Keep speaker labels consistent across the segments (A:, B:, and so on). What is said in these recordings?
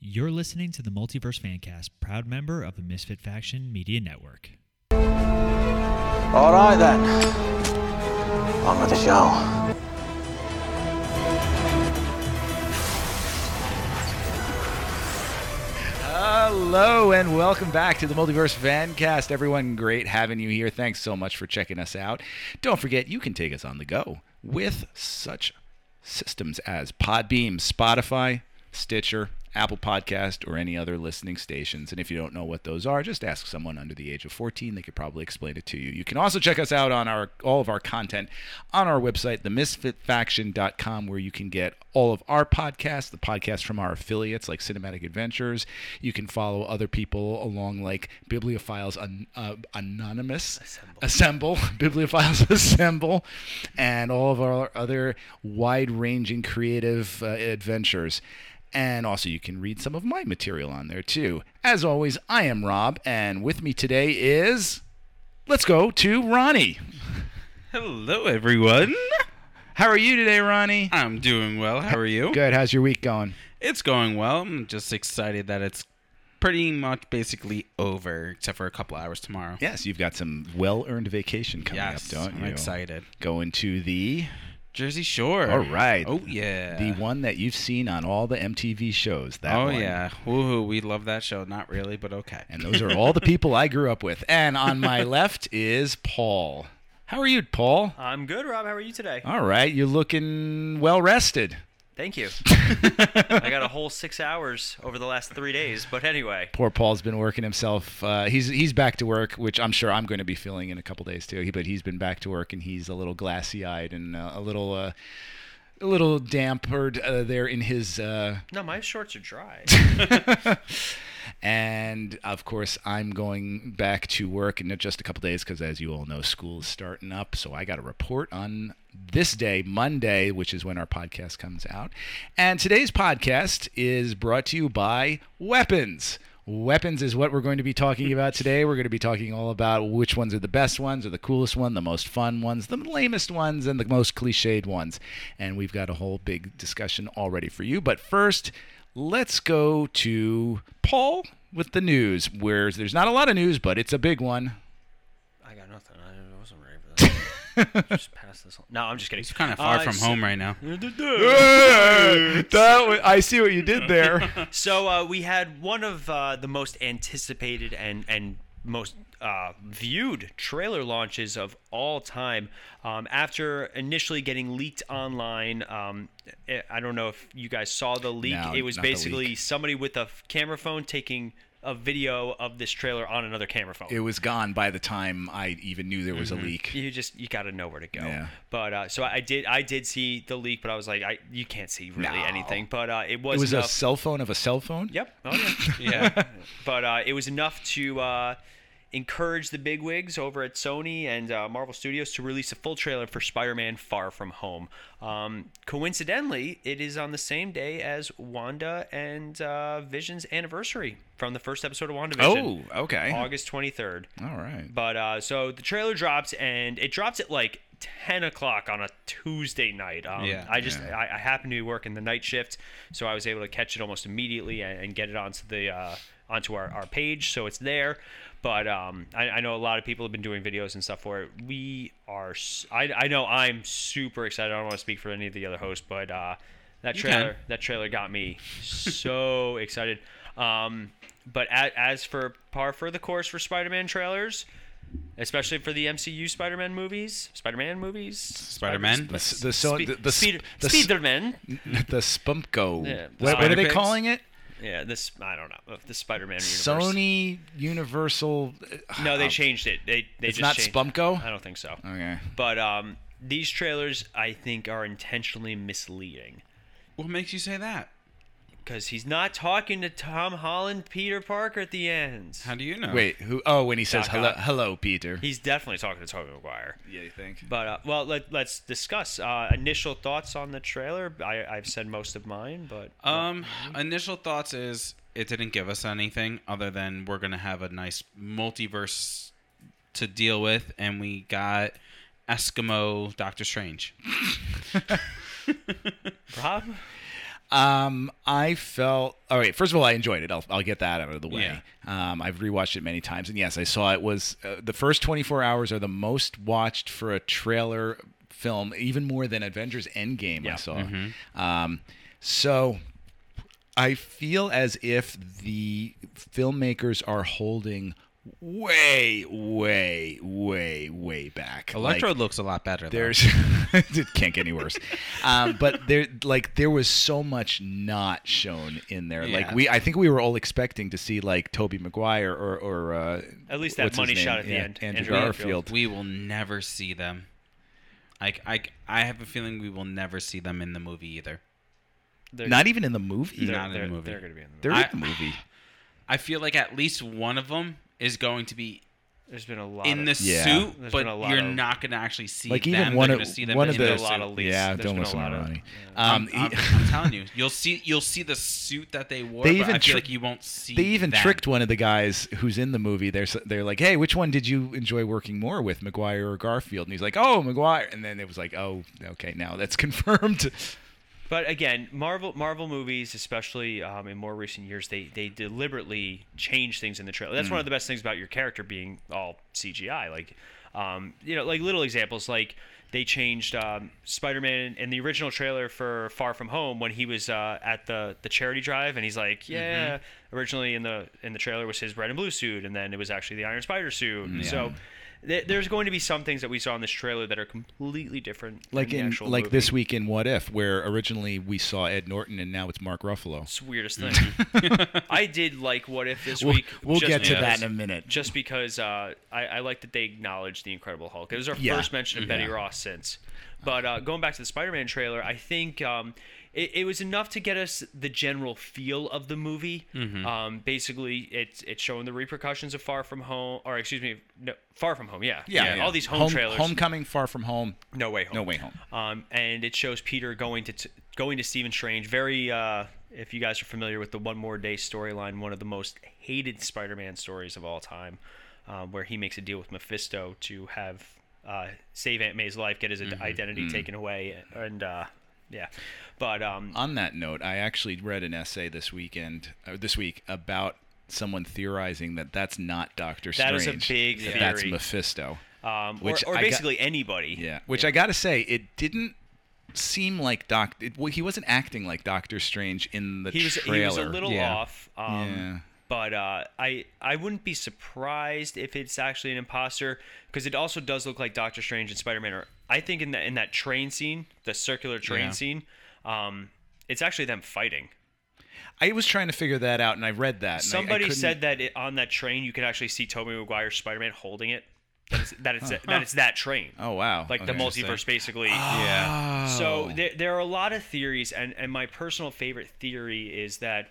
A: You're listening to the Multiverse Fancast, proud member of the Misfit Faction Media Network.
B: All right then. On with the show.
C: Hello and welcome back to the Multiverse Fancast. Everyone, great having you here. Thanks so much for checking us out. Don't forget, you can take us on the go with such systems as Podbeam, Spotify, Stitcher, Apple Podcast, or any other listening stations. And if you don't know what those are, just ask someone under the age of 14. They could probably explain it to you. You can also check us out on our all of our content on our website, themisfitfaction.com, where you can get all of our podcasts, the podcasts from our affiliates like Cinematic Adventures. You can follow other people along like Bibliophiles An- uh, Anonymous, Assemble, Bibliophiles Assemble, and all of our other wide-ranging creative uh, adventures. And also, you can read some of my material on there too. As always, I am Rob, and with me today is. Let's go to Ronnie.
D: Hello, everyone.
C: How are you today, Ronnie?
D: I'm doing well. How are you?
C: Good. How's your week going?
D: It's going well. I'm just excited that it's pretty much basically over, except for a couple hours tomorrow.
C: Yes, you've got some well earned vacation coming
D: Yes,
C: up, don't
D: I'm
C: you?
D: excited.
C: Going to the.
D: Jersey Shore.
C: All right.
D: Oh yeah.
C: The one that you've seen on all the MTV shows. That
D: Oh
C: one.
D: yeah. Woohoo! We love that show. Not really, but okay.
C: And those are all the people I grew up with. And on my left is Paul. How are you, Paul?
E: I'm good, Rob. How are you today?
D: Uh.
C: All right. You're looking well rested.
E: Thank you. I got a whole six hours over the last three days, but anyway,
C: poor Paul's been working himself. Uh, he's he's back to work, which I'm sure I'm going to be feeling in a couple days too. He, but he's been back to work, and he's a little glassy eyed and uh, a little uh, a little dampered uh, there in his. Uh,
E: no, my shorts are dry.
C: and of course, I'm going back to work in just a couple days because, as you all know, school is starting up. So I got a report on this day, Monday, which is when our podcast comes out. And today's podcast is brought to you by Weapons. Weapons is what we're going to be talking about today. We're going to be talking all about which ones are the best ones, or the coolest one, the most fun ones, the lamest ones, and the most cliched ones. And we've got a whole big discussion already for you. But first, let's go to Paul with the news, where there's not a lot of news, but it's a big one.
E: I got nothing. I wasn't ready for that. just pass this. On. No, I'm just kidding.
D: It's kind of far
E: Uh,
D: from
E: so-
D: home right now.
C: I see what you did there.
E: So uh, we had one of uh, the most anticipated and and most uh, viewed trailer launches of all time. Um, after initially getting leaked online, um, I- I don't know if you guys saw the leak.
C: No,
E: it was
C: not the
E: basically
C: leak.
E: somebody with a f- camera phone taking a video of this trailer on another camera phone.
C: It was gone by the time I even knew there was a leak.
E: you just you got to know where to go.
C: Yeah.
E: But uh, so I did I did see the leak, but I was like I you can't see really
C: No.
E: anything. But uh, it was
C: It was a
E: enough-
C: cell phone of a cell phone.
E: Yep. Oh yeah.
D: Yeah.
E: but uh, it was enough to uh, encourage the bigwigs over at Sony and uh, Marvel Studios to release a full trailer for Spider-Man: Far From Home. Um, coincidentally, it is on the same day as Wanda and uh, Vision's anniversary from the first episode of WandaVision,
C: Oh, okay.
E: August 23rd.
C: All right.
E: But uh, so the trailer drops, and it drops at like 10 o'clock on a Tuesday night. Um,
D: Yeah.
E: I just I, I happened to be working the night shift, so I was able to catch it almost immediately and, and get it onto the uh, onto our, our page, so it's there. But um, I, I know a lot of people have been doing videos and stuff for it. We are s- I, I know I'm super excited. I don't want to speak for any of the other hosts, but uh, that
D: You
E: trailer
D: can.
E: that trailer got me so excited. Um, but a as for par for the course for Spider-Man trailers, especially for the MCU Spider-Man movies, Spider-Man movies,
D: Spider-Man?
C: The s- the so-
E: Spe-
C: the- the s-
E: Speeder-
C: the s-
E: Spider-Man.
C: the Spumco.
E: Yeah, the
C: what, what are they
D: Spider-Pigs.
C: calling it?
E: Yeah, this I don't know the Spider-Man universe.
C: Sony Universal.
E: No, they changed it. They they
C: It's
E: just
C: not
E: changed-
C: Spumco?
E: I don't think so.
C: Okay.
E: But um, these trailers I think are intentionally misleading
D: What makes you say that?
E: because he's not talking to Tom Holland, Peter Parker at the end.
D: How do you know?
C: Wait, who? Oh, when he says
E: Doc
C: hello,
E: Ock.
C: hello, Peter.
E: He's definitely talking to Tobey Maguire.
C: Yeah, you think?
E: But uh, well, let, let's discuss uh, initial thoughts on the trailer. I, I've said most of mine, but
D: Um,
C: Mm-hmm.
D: initial thoughts is it didn't give us anything other than we're gonna have a nice multiverse to deal with, and we got Eskimo Doctor Strange.
E: Rob,
C: Um, I felt all right. First of all, I enjoyed it. I'll, I'll get that out of the way.
D: Yeah.
C: Um, I've rewatched it many times, and yes, I saw it was uh, the first 24 hours are the most watched for a trailer film, even more than Avengers Endgame. I
E: Yeah.
C: saw.
D: Mm-hmm.
C: Um, so I feel as if the filmmakers are holding way, way, way, way back.
D: Electro
C: Like,
D: looks a lot better. though.
C: there's it can't get any worse. um, but there, like, there was so much not shown in there. Like
D: Yeah.
C: we, I think we were all expecting to see like Toby Maguire or or uh,
E: At least that
C: what's his
E: money
C: name?
E: shot at the
C: Yeah,
E: end.
C: Andrew,
E: Andrew
C: Garfield.
E: Garfield.
D: we will never see them. I, I, I have a feeling we will never see them in the movie either.
E: They're,
C: Not even in the movie.
E: they're,
D: not in the
E: they're-
D: movie.
E: They're going to be in the movie.
C: They're
D: I-
C: in the movie.
D: I feel like at least one of them is going to be
E: There's been a lot
D: in
E: of,
D: the
C: Yeah.
D: suit,
E: There's
D: but
E: been a lot
D: you're
E: of-
D: not going to actually see
C: Like
D: them.
C: even
D: They're
C: one
D: gonna
C: of
D: see them
C: one
D: in
C: of
E: there's
C: the
E: been a lot of leaks.
C: yeah.
E: There's
C: don't
E: been a
C: listen to
E: lot of-
C: Ronnie.
D: I'm,
C: Um,
D: I'm-
C: e-
D: I'm telling you, you'll see you'll see the suit that they wore.
C: They
D: They
C: even
D: even I feel
C: tri-
D: like you won't see.
C: They even
D: them.
C: tricked one of the guys who's in the movie. They're s- they're like, "Hey, which one did you enjoy working more with, McGuire or Garfield?" And he's like, "Oh, McGuire." And then it was like, "Oh, okay, now that's confirmed."
E: But again, Marvel Marvel movies, especially um, in more recent years, they they deliberately change things in the trailer.
C: Mm.
E: That's one of the best things about your character being all CGI. Like, um, you know, like little examples, like they changed um, Spider-Man in the original trailer for Far From Home when he was uh, at the the charity drive, and he's like,
C: Mm-hmm.
E: yeah. Originally in the in the trailer was his red and blue suit, and then it was actually the Iron Spider suit.
C: Mm,
E: So. th- There's going to be some things that we saw in this trailer that are completely different. than
C: like
E: the
C: in
E: actual
C: like
E: movie.
C: this week in What If, where originally we saw Ed Norton and now it's Mark Ruffalo.
E: It's the weirdest thing. I did like What If this
C: We'll,
E: week.
C: we'll
E: just
C: get to
E: because-
C: that in a minute.
E: Just because uh, I, I like that they acknowledged the Incredible Hulk. It was our
C: Yeah.
E: first mention of Betty Ross since. But uh, going back to the Spider-Man trailer, I think um, it, it was enough to get us the general feel of the movie.
C: Mm-hmm.
E: Um, basically, it's it's showing the repercussions of Far From Home, or excuse me, no, Far From Home. Yeah, All these home, trailers.
C: Homecoming, Far From Home,
E: No way home.
C: No Way Home.
E: Um, and it shows Peter going to t- going to Stephen Strange. Very, uh, if you guys are familiar with the One More Day storyline, one of the most hated Spider-Man stories of all time, um, where he makes a deal with Mephisto to have uh, save Aunt May's life, get his ad-
C: Mm-hmm.
E: identity taken away, and uh, yeah. But um,
C: On that note, I actually read an essay this weekend, or this week, about someone theorizing that that's not Doctor
E: That is
C: Strange.
E: a big
C: that That's
E: theory.
C: Mephisto.
E: um, or,
C: Uh, which
E: or
C: I got-
E: basically anybody.
C: Yeah, which I gotta say, it didn't seem like Doc. It, well, he wasn't acting like Doctor Strange in the
E: he was
C: trailer.
E: he was a little
D: Yeah.
E: off. Um,
C: Yeah.
E: But uh, I I wouldn't be surprised if it's actually an imposter because it also does look like Doctor Strange and Spider Man. Or I think in that in that train scene, the circular train
D: Yeah.
E: scene, um, it's actually them fighting.
C: I was trying to figure that out, and I read that. and I- I
E: Somebody
C: couldn't-
E: said that it, on that train you could actually see Tobey Maguire's Spider Man holding it. That it's that it's, that it's that train.
C: "Oh wow!"
E: Like the
C: Okay. Ah,
E: multiverse, Ah, basically.
D: Yeah.
E: So
C: Oh.
E: there, there are a lot of theories, and, and my personal favorite theory is that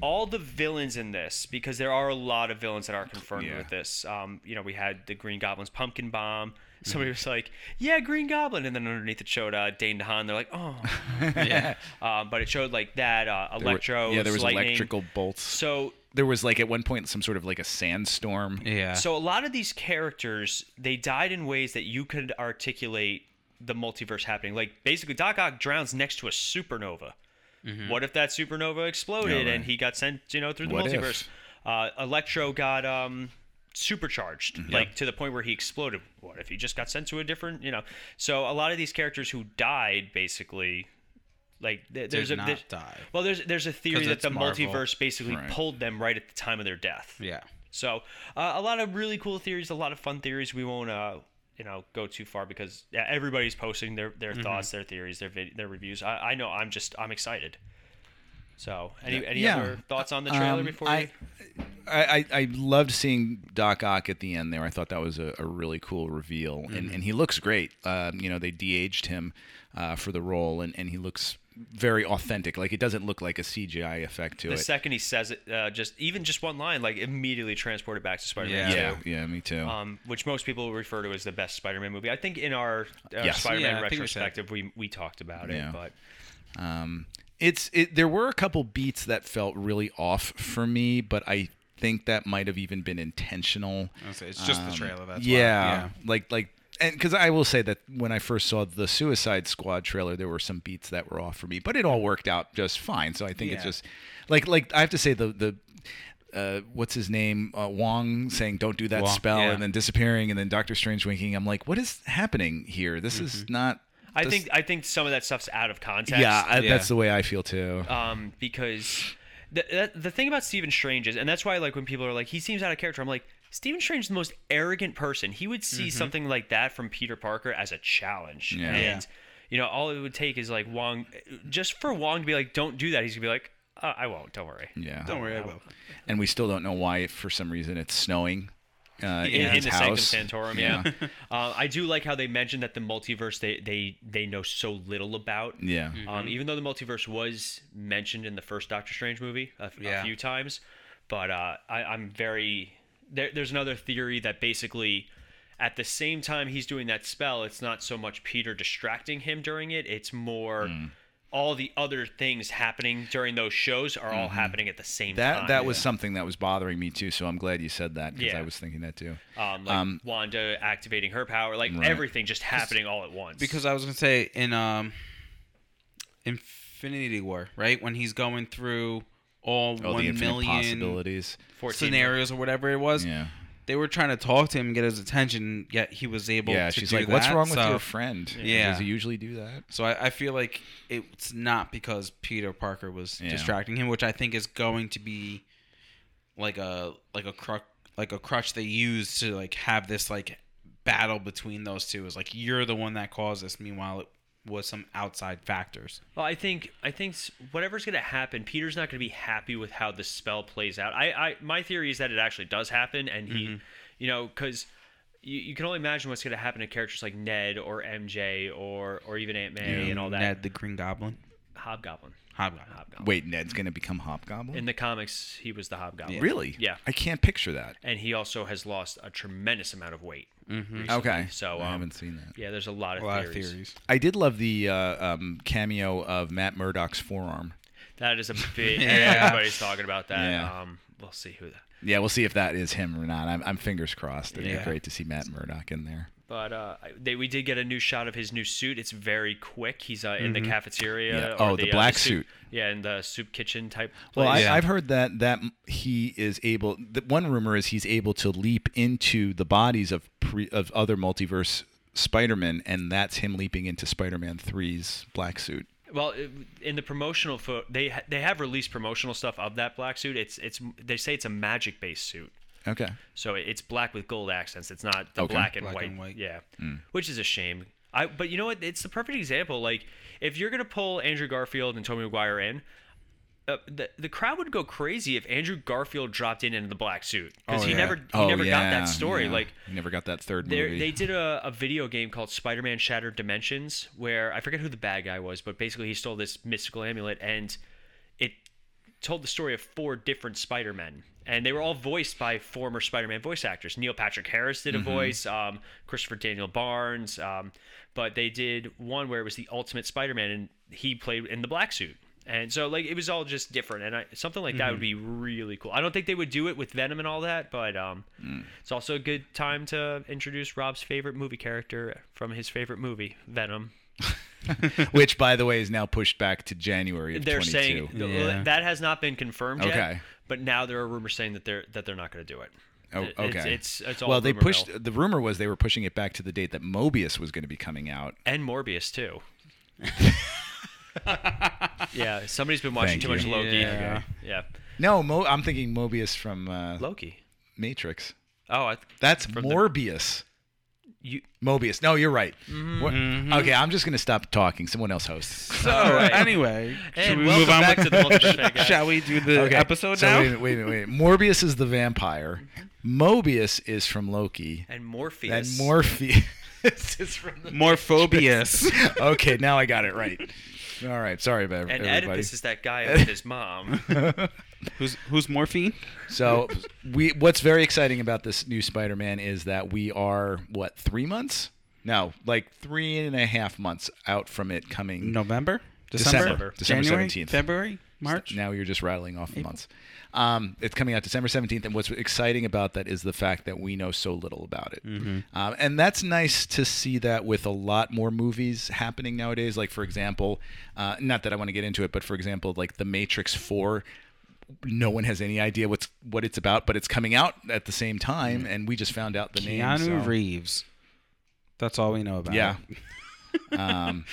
E: all the villains in this, because there are a lot of villains that are confirmed
C: Yeah.
E: with this. Um, you know, we had the Green Goblin's pumpkin bomb. Somebody
C: Mm-hmm.
E: was like, "Yeah, Green Goblin," and then underneath it showed uh, Dane DeHaan. They're like, "Oh," uh, but it showed like that uh,
C: There were-
E: Electro.
C: Yeah, there was
E: lightning.
C: electrical bolts.
E: So
C: There was like at one point some sort of like a sandstorm.
D: yeah.
E: So a lot of these characters, they died in ways that you could articulate the multiverse happening. Like basically, Doc Ock drowns next to a supernova.
D: Mm-hmm.
E: What if that supernova exploded
C: Yeah, right.
E: and he got sent, you know, through the
C: What if?
E: multiverse? Uh, Electro got um, supercharged,
D: Mm-hmm.
E: like to the point where he exploded. What if he just got sent to a different, you know? So a lot of these characters who died, basically, like th- there's a
D: not
E: there's-
D: die.
E: Well, there's there's a theory that
D: it's
E: the
D: Marvel.
E: multiverse basically
C: Right.
E: pulled them right at the time of their death.
D: yeah.
E: So uh, a lot of really cool theories, a lot of fun theories. We won't, uh, you know, go too far because yeah, everybody's posting their, their
C: Mm-hmm.
E: thoughts, their theories, their vid- their reviews. I, I know I'm just I'm excited. So any any
C: Yeah.
E: other thoughts on the trailer
C: Um,
E: before
C: I,
E: you?
C: I, I, I loved seeing Doc Ock at the end there. I thought that was a, a really cool reveal,
E: Mm-hmm.
C: and, and he looks great. Um, you know, they de-aged him uh, for the role, and, and he looks very authentic. Like it doesn't look like a CGI effect to
E: The
C: it.
E: second he says it, uh, just even just one line, like immediately transported back to Spider-Man.
D: Yeah.
C: yeah,
E: 2,
C: yeah, me too.
E: Um, which most people refer to as the best Spider-Man movie. I think in our uh,
C: Yes.
E: Spider-Man
D: Yeah, I think we said-
E: retrospective, we, we talked about
C: Yeah.
E: it, but
C: Um, it's it, there were a couple beats that felt really off for me, but I think that might have even been intentional. Um,
D: I was gonna say, it's just the trailer, that's why.
C: yeah,
D: Yeah.
C: like like and because I will say that when I first saw the Suicide Squad trailer, there were some beats that were off for me, but it all worked out just fine. So I think it's
D: Yeah.
C: just like like I have to say the the. Uh, what's his name? Uh, Wong saying, "Don't do that
D: Wong,
C: spell,"
D: yeah.
C: and then disappearing, and then Doctor Strange winking. I'm like, "What is happening here? This
D: Mm-hmm.
C: is not."
E: I
C: this-
E: think I think some of that stuff's out of context.
C: yeah, I,
D: Yeah. Uh,
C: that's the way I feel too.
E: um, because the, the the thing about Stephen Strange is, and that's why like when people are like he seems out of character, I'm like Stephen Strange is the most arrogant person. He would see something like that from Peter Parker as a challenge,
C: Mm-hmm. Yeah.
E: and you know all it would take is like Wong, just for Wong to be like, don't do that. He's gonna be like, uh, I won't. Don't worry.
C: yeah,
D: Don't worry, I will.
C: and we still don't know why for some reason it's snowing uh, in,
E: in, in
C: his
E: the Sanctum
C: house.
E: Santorum. Yeah, uh, I do like how they mentioned that the multiverse they they they know so little about.
C: yeah.
D: Mm.
E: Um, even though the multiverse was mentioned in the first Doctor Strange movie a, a
D: Yeah.
E: few times, but uh, I, I'm very there, there's another theory that basically at the same time he's doing that spell, it's not so much Peter distracting him during it; it's more.
C: Hmm.
E: All the other things happening during those shows are all happening at the same
C: Mm-hmm. That
E: time.
C: that was something that was bothering me too. So I'm glad you said that because
E: Yeah.
C: I was thinking that too.
D: Uh,
E: um, like
C: um,
E: Wanda activating her power, like
C: Right.
E: everything just happening all at once.
D: because I was gonna say in um, Infinity War, right when he's going through all
C: All Oh, the
D: one
C: infinite
D: million
C: possibilities.
E: 14
D: scenarios or whatever it was,
C: Yeah.
D: they were trying to talk to him and get his attention, yet he was able.
C: Yeah.
D: to
C: She's
D: do
C: like, "What's
D: that,"
C: wrong with
D: so-
C: your friend?
D: Yeah.
C: Does he usually do that?
D: So I, I feel like it's not because Peter Parker was
C: Yeah.
D: distracting him, which I think is going to be like a like a crutch like a crutch they use to like have this like battle between those two is like you're the one that caused this meanwhile it was some outside factors
E: Well, I think I think s- whatever's going to happen, Peter's not going to be happy with how the spell plays out. I, I my theory is that it actually does happen, and he, you know, because you, you can only imagine what's going to happen to characters like Ned or MJ or or even Aunt May and all that.
D: Ned the Green Goblin
E: Hobgoblin,
D: Hobgoblin
E: Hobgoblin.
C: Wait, Ned's gonna become Hobgoblin?
E: In the comics, he was the Hobgoblin.
C: really?
E: Yeah.
C: I can't picture that.
E: And he also has lost a tremendous amount of weight.
C: Okay.
E: So,
C: I
E: um,
C: haven't seen that.
E: Yeah, there's a lot of,
D: a lot
E: theories.
D: of theories
C: I did love the uh, um, cameo of Matt Murdock's forearm.
E: That is a big.
D: Yeah.
E: Everybody's talking about that.
C: Yeah.
E: Um, we'll see who that.
C: Yeah, we'll see if that is him or not. I'm, I'm fingers crossed. It'd be
D: Yeah.
C: great to see Matt Murdock in there.
E: But uh, they, we did get a new shot of his new suit. It's very quick. He's uh, in the cafeteria.
C: Mm-hmm. Yeah.
E: or
C: Oh, the
E: uh,
C: black suit.
E: soup- Yeah, in the soup kitchen type.
C: Well, I,
E: place.
D: Yeah.
C: I've heard that that m- he is able. The one rumor is he's able to leap into the bodies of pre, of other multiverse Spider-Man, and that's him leaping into Spider-Man 3's black suit.
E: well, it- in the promotional, pho- they ha- they have released promotional stuff of that black suit. It's it's they say it's a magic based suit.
C: Okay.
E: So it- it's black with gold accents. It's not the
C: Okay.
E: black, and,
D: Black
E: white.
D: and white.
E: Yeah, which is a shame. I but you know what? It's the perfect example. Like if you're gonna pull Andrew Garfield and Tommy Maguire in. Uh, the, the crowd would go crazy if Andrew Garfield dropped in in the black suit because he never he
C: Oh,
E: never got that story. Like
C: he never got that third
E: There-
C: movie.
E: They did a, a video game called Spider Man Shattered Dimensions where I forget who the bad guy was, but basically he stole this mystical amulet and it told the story of four different Spider Men. And they were all voiced by former Spider Man voice actors. Neil Patrick Harris did a voice, um, Christopher Daniel Barnes. Um, but they did one where it was the ultimate Spider Man and he played in the black suit. And so, like, it was all just different, and I, something like that would be really cool. I don't think they would do it with Venom and all that, but um, it's also a good time to introduce Rob's favorite movie character from his favorite movie, Venom.
C: which, by the way, is now pushed back to January of
E: They're
C: 22.
E: saying
D: Yeah.
E: that has not been confirmed yet,
C: Okay.
E: but now there are rumors saying that they're that they're not going to do it.
C: Oh,
E: It-
C: okay.
E: It's it's, it's all
C: well, they
E: rumor mill.
C: pushed. The rumor was they were pushing it back to the date that Mobius was going to be coming out.
E: and Morbius too. yeah, somebody's been watching
C: Thank
E: too much
C: you.
E: Loki.
D: Yeah.
E: yeah,
C: No, Mo, I'm thinking Mobius from uh,
E: Loki.
C: Matrix.
E: Oh, I, th-
C: That's
E: From the-
C: Morbius.
E: you.
C: Mobius. No, you're right.
D: Mm-hmm.
C: What- Okay, I'm just going to stop talking. Someone else hosts.
D: so anyway
E: And welcome back to the multiverse, guys.
D: shall we do the
C: Okay.
D: episode
C: so
D: now Mm-hmm.
C: Wait, a minute, wait, a minute, wait. a minute. Morbius is the vampire. Mobius is from Loki.
E: And
C: And
E: Morpheus.
C: Morpheus is from the.
D: Morphobius
C: Okay, now I got it right. All right, sorry about
E: And
C: everybody.
E: Oedipus is that guy with his mom.
D: who's who's morphine
C: So we what's very exciting about this new Spider-Man is that we are what three months? No, like three and a half months out from it coming
D: November
C: December. December
D: January
C: 17th.
D: February March.
C: Now you're just rattling off the months. Um, it's coming out December 17th, and what's exciting about that is the fact that we know so little about it.
D: Mm-hmm.
C: Um, and that's nice to see that with a lot more movies happening nowadays. Like, for example, uh, not that I want to get into it, but for example, like The Matrix 4. No one has any idea what's what it's about, but it's coming out at the same time, and we just found out the name.
D: Mm-hmm. Keanu
C: so-
D: Reeves. That's all we know about.
C: Yeah.
D: it.
C: um,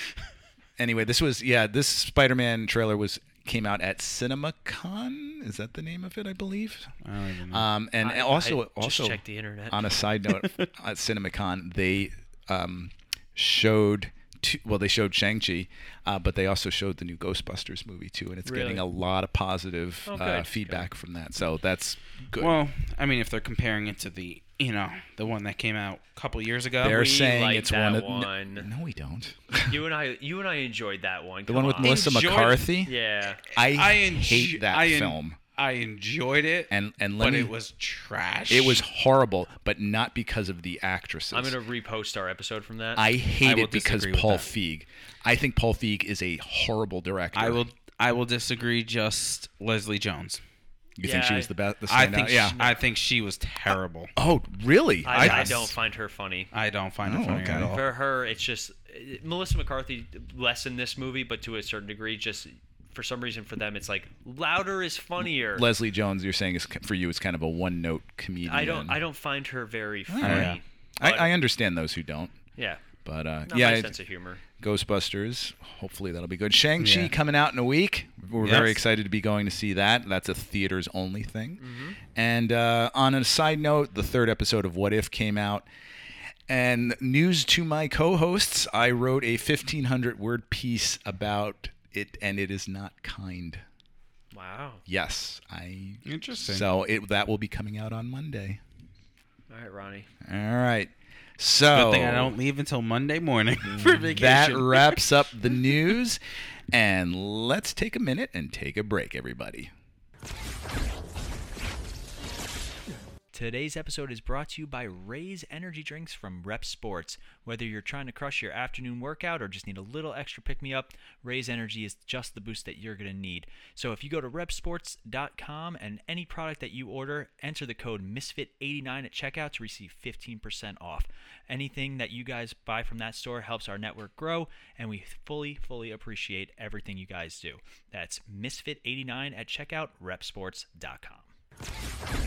C: anyway, this was yeah. This Spider-Man trailer was came out at CinemaCon. Is that the name of it? I believe.
D: I don't even know.
C: Um, and
E: I-
C: also,
E: I just
C: also
E: checked the internet.
C: on a side note, at CinemaCon they um, showed. Two, well, they showed Shang Chi, uh, but they also showed the new Ghostbusters movie too, and it's getting
E: Really?
C: a lot of positive
E: Oh,
C: uh,
E: good.
C: feedback from that. So that's good.
D: well, I mean, if they're comparing it to the, you know, the one that came out a couple years ago,
C: They're
E: we
C: saying
E: like
C: it's
E: that
C: one of
E: one.
C: No, no, we don't.
E: You and I, you and I enjoyed that one.
C: the one with Melissa
D: Enjoy-
C: McCarthy.
E: Yeah.
C: I,
D: I enjo-
C: hate that
D: I en-
C: film.
D: I enjoyed it,
C: And and let
D: but
C: me,
D: it was trash.
C: It was horrible, but not because of the actresses.
E: I'm gonna repost our episode from that.
C: I hate
D: I will
C: it because
D: disagree with
C: Paul
D: that.
C: Feig. I think Paul Feig is a horrible director.
D: I will. I will disagree. Just Leslie Jones.
C: You think she
E: Yeah,
C: was the best? The
D: I
C: standout?
D: think.
C: Yeah.
D: She, I think she was terrible.
C: oh, really?
E: I, I
D: I-
E: don't find her funny.
D: I don't find
C: Oh,
D: it funny
C: okay.
D: at all.
E: For her, it's just Melissa McCarthy less in this movie, but to a certain degree, just for some reason for them, it's like louder is funnier.
C: Leslie Jones, you're saying is for you is kind of a one note comedian.
E: I don't, I don't find her very funny.
D: yeah.
C: I,
E: but-
C: I understand those who don't,
E: Yeah,
C: but uh,
E: not
C: yeah,
E: my
C: it-
E: sense of humor.
C: Ghostbusters. Hopefully that'll be good. Shang Chi
D: Yeah.
C: coming out in a week. We're very
D: Yes.
C: excited to be going to see that. That's a theaters only thing.
D: Mm-hmm.
C: And uh, on a side note, the third episode of What If came out. And news to my co-hosts, I wrote a 1500 word piece about it, and it is not kind.
E: Wow.
C: Yes, I.
D: Interesting.
C: So it that will be coming out on Monday.
E: All right, Ronnie.
C: All right. So
D: Good thing I don't leave until Monday morning for vacation.
C: that wraps up the news. And let's take a minute and take a break, everybody.
A: Today's episode is brought to you by Raise Energy Drinks from Rep Sports. Whether you're trying to crush your afternoon workout or just need a little extra pick me up, Raise Energy is just the boost that you're going to need. So if you go to repsports.com and any product that you order, enter the code MISFIT89 at checkout to receive 15% off. Anything that you guys buy from that store helps our network grow, and we fully, fully appreciate everything you guys do. That's MISFIT89 at checkout, repsports.com.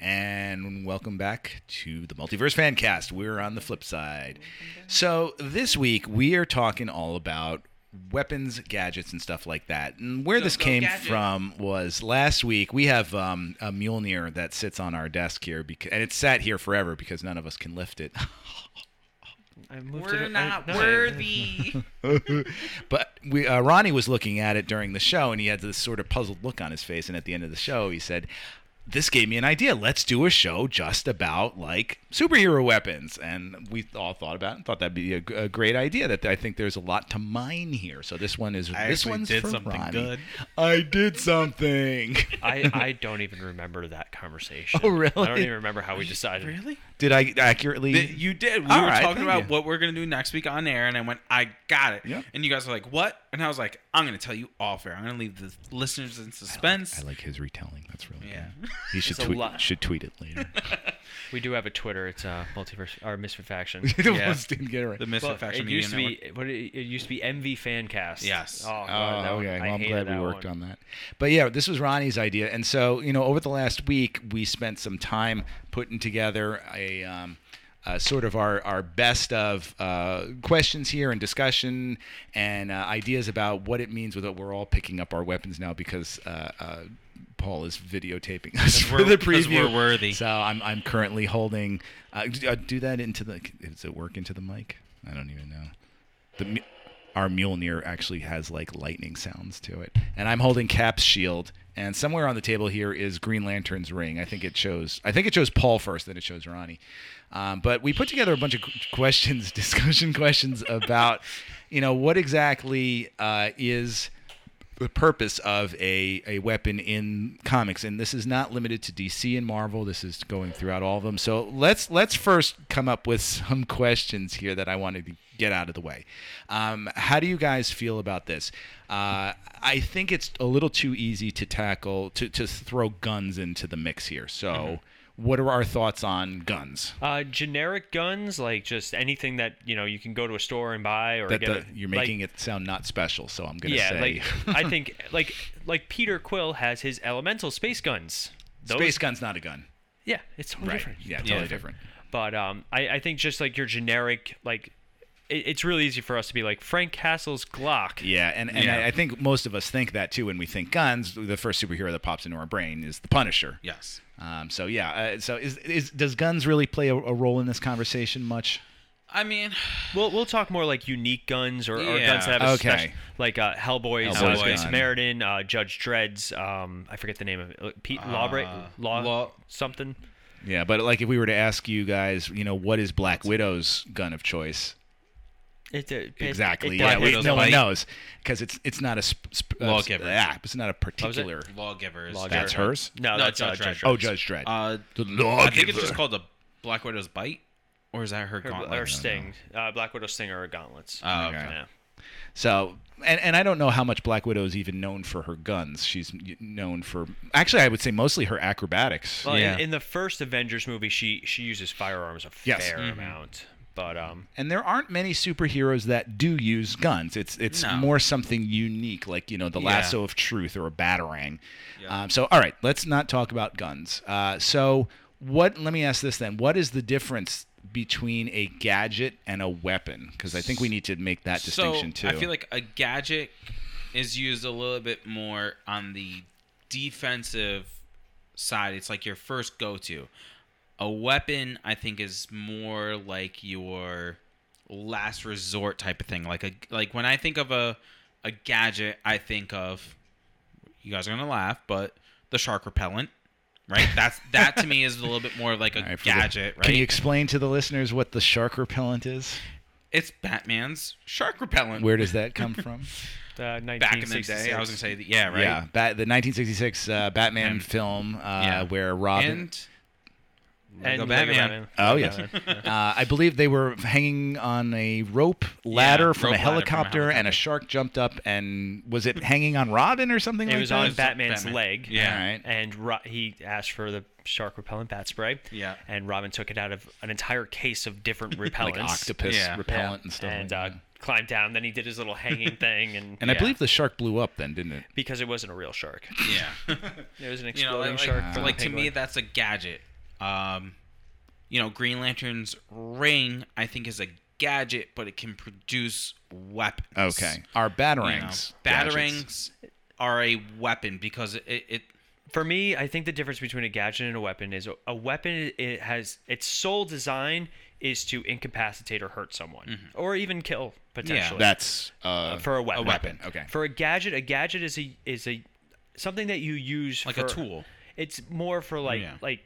C: And welcome back to the Multiverse Fancast. We're on the flip side. So this week we are talking all about weapons, gadgets, and stuff like that. And where this
D: go
C: came
D: gadget.
C: from was last week we have um, a Mjolnir that sits on our desk here, because, and it's sat here forever because none of us can lift it.
E: I moved
D: We're not worthy.
C: But we, uh, Ronnie was looking at it during the show, and he had this sort of puzzled look on his face. And at the end of the show, he said, "This gave me an idea. Let's do a show just about like superhero weapons." And we all thought about it and thought that'd be a, g- a great idea. That I think there's a lot to mine here. So this one is
D: I
C: this
D: actually
C: one's
D: did
C: for
D: something
C: Ronnie.
D: good.
C: I did something.
E: I, I don't even remember that conversation.
C: Oh, really?
E: I don't even remember how we decided.
D: really?
C: did I accurately?
D: That you did. We
C: All
D: were
C: right,
D: talking
C: thank
D: about
C: you.
D: what we're gonna do next week on air, and I went, "I got it."
C: Yeah.
D: And you guys were like, "What?" And I was like, "I'm gonna tell you off air. I'm gonna leave the listeners in suspense."
C: I like his retelling. That's really
D: Yeah.
C: good. He should
E: It's a
C: tweet,
E: lot.
C: should tweet it later.
E: We do have a Twitter. It's uh, multiverse or misfit faction.
C: It almost didn't get it right.
D: the Misfit
E: Well,
D: Faction
E: it
D: Media
E: used to
D: Network.
E: be what it, it used to be MV Fancast.
D: Yes.
E: Oh, God, that
C: Oh,
E: one-
C: okay.
E: I
C: Well, I'm
E: hated
C: glad we
E: that
C: worked
E: one.
C: on that. But yeah, this was Ronnie's idea, and so you know, over the last week, we spent some time putting together a. Um, uh, sort of our, our best of uh, questions here and discussion and uh, ideas about what it means with it. We're all picking up our weapons now because uh, uh, Paul is videotaping us for
D: we're-
C: the
D: because
C: preview.
D: we're worthy.
C: So I'm, I'm currently holding. Uh, d- uh, do that into the. Does it work into the mic? I don't even know. The mu- our Mjolnir actually has like lightning sounds to it. And I'm holding Cap's shield, and somewhere on the table here is Green Lantern's ring. I think it shows. I think it shows Paul first, then it shows Ronnie. Um, but we put together a bunch of qu- questions, discussion questions about, you know, what exactly uh, is the purpose of a, a weapon in comics and this is not limited to DC and Marvel this is going throughout all of them so let's let's first come up with some questions here that I wanted to get out of the way um, how do you guys feel about this uh, I think it's a little too easy to tackle to, to throw guns into the mix here so
E: Mm-hmm.
C: what are our thoughts on guns
E: Uh, generic guns, like just anything that you know you can go to a store and buy or
C: that
E: get.
C: the,
E: a-
C: you're
E: like-
C: making it sound not special so I'm gonna
E: yeah,
C: say
E: like I think like like Peter Quill has his elemental space guns. Those,
C: space gun's not a gun
E: yeah, it's totally
C: right
E: different.
C: yeah totally
D: Yeah.
C: different
E: But um, I, I think just like your generic like, it, it's really easy for us to be like Frank Castle's Glock.
C: Yeah, and, and
D: Yeah.
C: I, I think most of us think that too when we think guns. The first superhero that pops into our brain is the Punisher.
D: Yes.
C: Um, so yeah, uh, so is, is does guns really play a, a role in this conversation much?
D: I mean,
E: We'll we'll talk more like unique guns or, or
D: Yeah.
E: guns that have a
C: Okay.
E: special like uh, Hellboy's,
C: Hellboy's
E: uh,
C: gun.
E: Good Samaritan, uh, Judge Dredd's. Um, I forget the name of it. Uh, Pete Lawbreak, Law,
D: Law-
E: something.
C: Yeah, but like if we were to ask you guys, you know, what is Black Widow's gun of choice?
E: It, it,
C: Exactly.
E: It,
C: yeah,
E: Black
C: we-
E: Widow's
C: no one
D: bite.
C: knows because it's it's not a sp- sp- uh,
D: Lawgiver. Oh,
C: yeah, it's not a particular.
D: lawgivers.
E: Lawgiver.
C: That's hers.
E: No,
D: No,
E: that's
D: Judge
E: uh, Judge
D: Dredd.
C: Oh, Judge Dredd.
D: Uh,
C: the
D: I think it's
C: Lawgiver.
D: just called the Black Widow's bite, or is that her
E: Or,
D: gauntlet?
E: or Sting, uh, Black Widow Sting or gauntlets.
D: Oh, okay.
E: Yeah.
C: So, and, and I don't know how much Black Widow is even known for her guns. She's known for, actually, I would say mostly her acrobatics.
E: Well,
D: Yeah.
E: in, in the first Avengers movie, she she uses firearms a
C: Yes.
E: fair
D: Mm-hmm.
E: amount, but um,
C: And there aren't many superheroes that do use guns. It's it's
D: No.
C: more something unique, like you know the
D: Yeah.
C: lasso of truth or a batarang. Um, so, all right, let's not talk about guns. Uh, so, what? Let me ask this then: What is the difference between a gadget and a weapon? Because I think we need to make that distinction
D: so,
C: too.
D: I feel like a gadget is used a little bit more on the defensive side. It's like your first go to. A weapon, I think, is more like your last resort type of thing. Like a like when I think of a a gadget, I think of you guys are gonna laugh, but the shark repellent. Right? That's that to me is a little bit more of like a
C: All right, for the-
D: gadget, right?
C: Can you explain to the listeners what the shark repellent is?
D: it's Batman's shark repellent.
C: Where does that come from?
E: uh,
D: back in the day, I was gonna say that, yeah, right.
C: Yeah, bat, the 1966 uh, Batman
D: And-
C: film uh,
D: yeah.
C: where Robin.
D: And
E: and
D: Lego
E: Lego
D: Batman.
E: Batman.
C: oh yes, uh, I believe they were hanging on a rope ladder from, a
D: rope ladder from a
C: helicopter, and a shark jumped up and was it hanging on Robin or something?
E: It
C: like
E: was
C: that?
E: on
D: Batman.
E: Batman's leg.
D: Yeah.
C: All right.
E: And Ro- he asked for the shark repellent bat spray.
D: Yeah.
E: And Robin took it out of an entire case of different repellents.
C: like octopus
D: Yeah.
C: repellent and stuff.
E: And
C: like
E: uh,
C: that.
E: climbed down. Then he did his little hanging thing, and
C: and I
E: yeah,
C: believe the shark blew up then, didn't it?
E: because it wasn't a real shark,
D: yeah,
E: it was an
D: you know,
E: exploding
D: like,
E: shark.
D: like,
E: from
D: like
E: the
D: to me,
E: penguin.
D: that's a gadget. Um, you know, Green Lantern's ring, I think, is a gadget, but it can produce weapons.
C: Okay, our
D: You know,
C: batarangs. gadgets.
D: batarangs are a weapon because it, it,
E: for me, I think the difference between a gadget and a weapon is a- a weapon it has its sole design is to incapacitate or hurt someone,
C: Mm-hmm.
E: or even kill potentially.
C: That's uh,
E: for a weapon.
C: weapon, okay.
E: For a gadget, a gadget is a is a something that you use
D: Like a
E: for-
D: tool.
E: It's more for like
D: Yeah. Mm-hmm.
E: like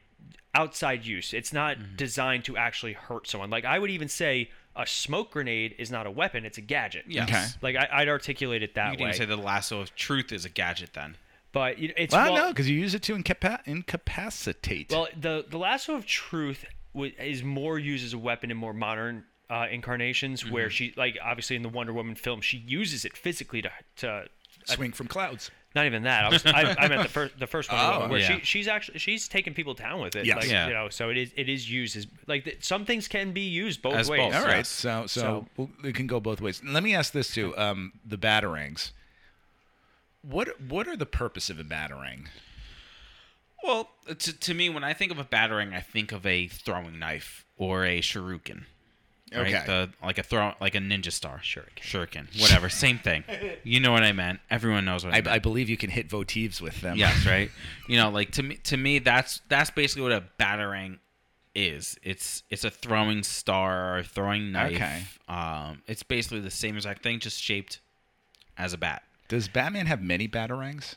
E: outside use. It's not designed to actually hurt someone. Like I would even say a smoke grenade is not a weapon; it's a gadget.
D: yes.
C: Okay.
E: Like I, I'd articulate it
D: You
E: that
D: can
E: way.
D: even say the lasso of truth is a gadget then.
E: but you know, it's
C: well,
E: well-
C: no, because you use it to incapa- incapacitate.
E: Well, the the lasso of truth wa is more used as a weapon in more modern uh, incarnations,
D: Mm-hmm.
E: where she like obviously in the Wonder Woman film, she uses it physically to to.
C: swing from clouds.
E: Not even that. I was I, I meant the first the first Wonder
C: Oh,
E: Woman, where
D: yeah.
E: she, she's actually she's taking people down with it.
C: Yes.
E: Like,
D: Yeah.
E: You know, so it is it is used as like th- some things can be used both
D: As
E: ways.
D: both.
C: All
D: So-
C: right, so so, well, it can go both ways. Let me ask this too: um, the batarangs. What what are the purpose of a batarang?
D: Well, to, to me, when I think of a battering, I think of a throwing knife or a shuriken. Right?
C: Okay.
D: The, like a throw, like a ninja star. Shuriken. Shuriken. Whatever. Same thing. You know what I meant. Everyone knows what I,
C: I,
D: meant.
C: I believe you can hit votives with them.
D: yes, right. You know, like to me, to me, that's that's basically what a batarang is. It's it's a throwing star or a throwing knife.
C: Okay.
D: Um, it's basically the same exact thing, just shaped as a bat.
C: Does Batman have many batarangs?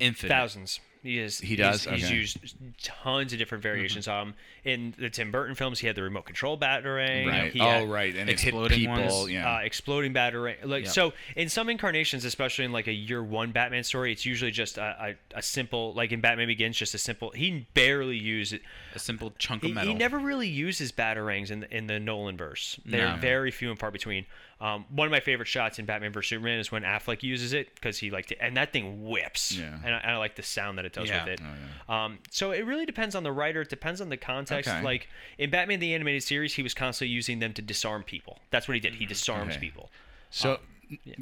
D: Infinite.
E: Thousands. He is.
C: He does?
E: He's, he's
C: Okay. Mm-hmm.
E: used tons of different variations. Um, in the Tim Burton films, he had the remote control batarang.
C: Right.
E: He
C: oh,
E: had,
C: right. And it hit
D: Exploding
C: people.
D: ones.
C: Yeah.
E: uh, exploding batarang. Like
D: Yeah.
E: so, in some incarnations, especially in like a year one Batman story, it's usually just a, a, a simple, like in Batman Begins, just a simple. He barely used it.
D: A simple chunk of
E: He,
D: metal.
E: he never really uses batarangs in the, in the Nolan verse. They're
D: No.
E: very few and far between. Um, one of my favorite shots in Batman vs Superman is when Affleck uses it because he liked it, and that thing whips.
C: Yeah.
E: And, I, and I like the sound that it does
D: Yeah.
E: with it. um, so it really depends on the writer. It depends on the context.
C: Okay.
E: Like in Batman the animated series, he was constantly using them to disarm people. That's what he did. He disarms
C: Okay.
E: people. uh,
C: so,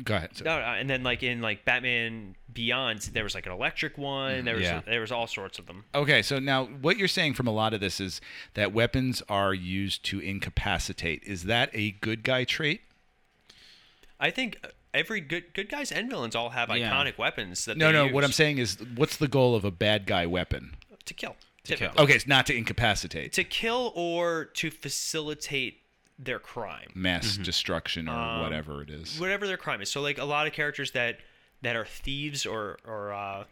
C: go ahead. So-
E: No, no, and then like in like Batman Beyond, there was like an electric one. There was
C: Yeah.
E: there was all sorts of them.
C: Okay, so now what you're saying from a lot of this is that weapons are used to incapacitate. Is that a good guy trait?
E: I think uh, every good good guys and villains all have
D: Yeah.
E: iconic weapons that
C: No,
E: they
C: no.
E: use
C: What I'm saying is, what's the goal of a bad guy weapon?
E: to kill
D: To kill.
E: typically.
C: Okay, it's not to incapacitate,
E: to kill or to facilitate their crime
C: mass destruction or whatever it is.
E: whatever their crime is so like a lot of characters that that are thieves or or uh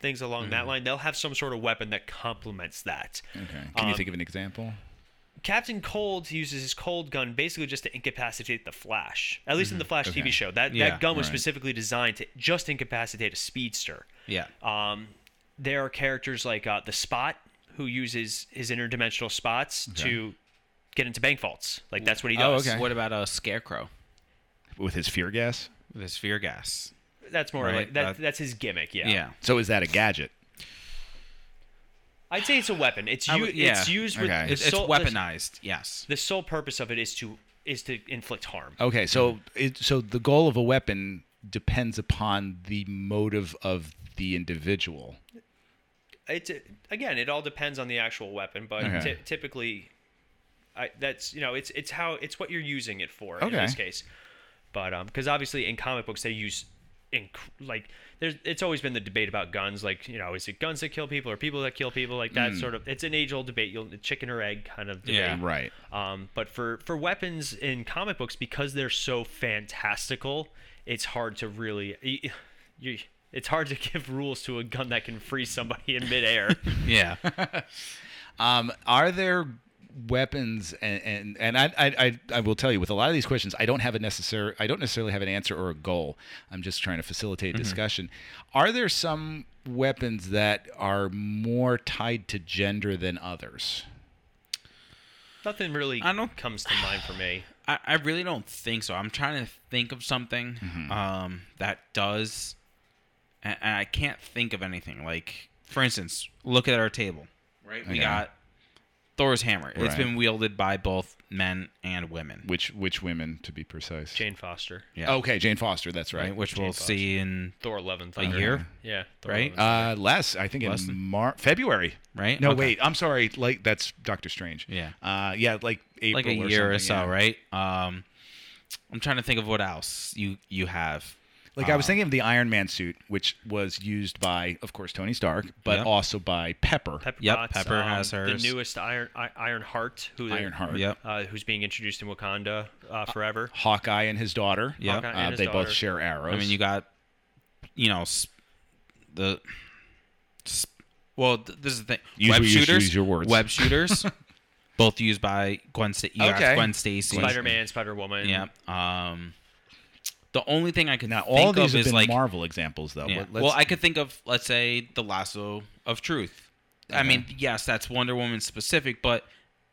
E: things along that line they'll have some sort of weapon that complements that
C: Okay. Can you think of an example?
E: Captain Cold uses his cold gun basically just to incapacitate the Flash. At least in the Flash TV show, that
D: Yeah,
E: that gun was
C: right.
E: specifically designed to just incapacitate a speedster.
D: Yeah.
E: Um, there are characters like uh, the Spot who uses his interdimensional spots to get into bank vaults. Like that's what he
C: Oh,
E: does.
C: okay.
D: What about a scarecrow?
C: With his fear gas.
D: The sphere gas.
E: That's more
D: Right,
E: like that,
D: that-
E: that's his gimmick. Yeah.
D: Yeah.
C: So is that a gadget?
E: I'd say it's a weapon. It's
D: I
E: u-
D: would- yeah.
E: it's used with
C: Okay.
E: the
D: It's, it's
E: sole-
D: weaponized. Yes.
E: The sole purpose of it is to is to inflict harm.
C: Okay, so it, so the goal of a weapon depends upon the motive of the individual.
E: it's again it all depends on the actual weapon but
C: Okay.
E: ty- typically I, that's you know it's it's how it's what you're using it for in
C: Okay.
E: this case but um because obviously in comic books they use in like there's it's always been the debate about guns like you know is it guns that kill people or people that kill people like
C: Hmm.
E: that sort of it's an age-old debate you'll chicken or egg kind of debate
D: Yeah.
C: Right.
E: um, but for for weapons in comic books, because they're so fantastical, it's hard to really you- you. It's hard to give rules to a gun that can freeze somebody in midair.
D: Yeah.
C: Um, are there weapons and and, and I, I I- I will tell you with a lot of these questions I don't have a necessary I don't necessarily have an answer or a goal. I'm just trying to facilitate discussion. Are there some weapons that are more tied to gender than others?
E: Nothing really
D: I don't-
E: comes to mind for me.
D: I, I really don't think so. I'm trying to think of something
C: Mm-hmm.
D: um, that does, and, and I can't think of anything. Like, for instance, look at our table. Right. We
C: Okay.
D: got Thor's hammer. It's
C: Right.
D: been wielded by both men and women.
C: Which which women to be precise?
E: Jane Foster,
D: Yeah.
C: Okay, Jane Foster, that's Oh, right.
D: Right. Which we'll
E: Foster.
D: see in
E: Thor: Love and
D: a
E: Thunder.
D: year.
E: yeah, Thor
D: Right?
E: Love and
C: Uh, less, I think
D: Less
C: in
D: than-
C: Mar- February.
D: Right?
C: No,
D: Okay.
C: wait. I'm sorry. Like that's Doctor Strange.
D: Yeah.
C: Uh, yeah, like April
D: Like a
C: or
D: year or, so,
C: something, yeah.
D: right? Um, I'm trying to think of what else you you have.
C: Like I was thinking of the Iron Man suit, which was used by, of course, Tony Stark, but
D: Yeah.
C: also by Pepper.
E: Pepper
D: Yep,
E: Potts,
D: Pepper
E: um,
D: has
E: the
D: hers.
E: newest Iron I, Iron Heart, who they-
C: Ironheart.
D: Yep.
E: uh, who's being introduced in Wakanda uh, forever.
C: Hawkeye and his daughter.
D: Yeah. Hawkeye
E: and
C: Uh,
E: his
C: they both
E: daughter.
C: share arrows.
D: I mean, you got, you know, s- the. s- Well, th- this is the thing.
C: Use
D: web
C: what you-
D: shooters.
C: use your words.
D: Web shooters, both used by Gwen. St- you
C: Okay.
D: got Gwen Stacy.
E: Spider Man, Spider Woman.
D: Yeah. Um, the only thing I could
C: now
D: not
C: all
D: think
C: these
D: of
C: have
D: is
C: been
D: like.
C: Marvel examples, though.
D: yeah.
C: but let's-
D: Well, I could think of let's say the lasso of truth. I
C: Okay.
D: mean, yes, that's Wonder Woman specific, but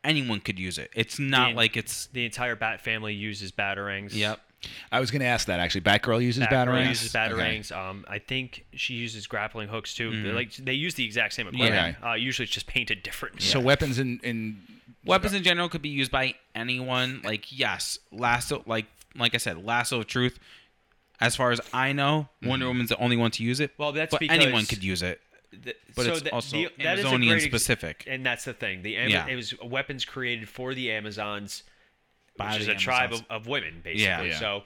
D: anyone could use it. It's not
E: Yeah.
D: like it's.
E: The entire Bat family uses batarangs.
D: Yep.
C: I was going to ask that actually. Batgirl uses
E: Batgirl
C: batarangs.
E: uses
C: Okay.
E: batarangs. Um, I think she uses grappling hooks too. They're Like they use the exact same
D: Yeah.
E: equipment. Uh, usually it's just painted different.
C: So weapons in in
D: Weapons in general could be used by anyone. Like yes, lasso. Like like I said, lasso of truth. As far as I know, Wonder Woman's the only one to use it.
E: Mm-hmm. Well, that's
D: but
E: because-
D: anyone could use it.
E: Th-
D: But it's also
E: that is a
D: Amazonian
E: great ex-
D: specific.
E: and that's the thing. The Ama-
D: Yeah.
E: it was weapons created for the Amazons,
D: By
E: which is
D: the
E: a tribe of,
D: Amazons.
E: of women, basically.
D: yeah.
E: So,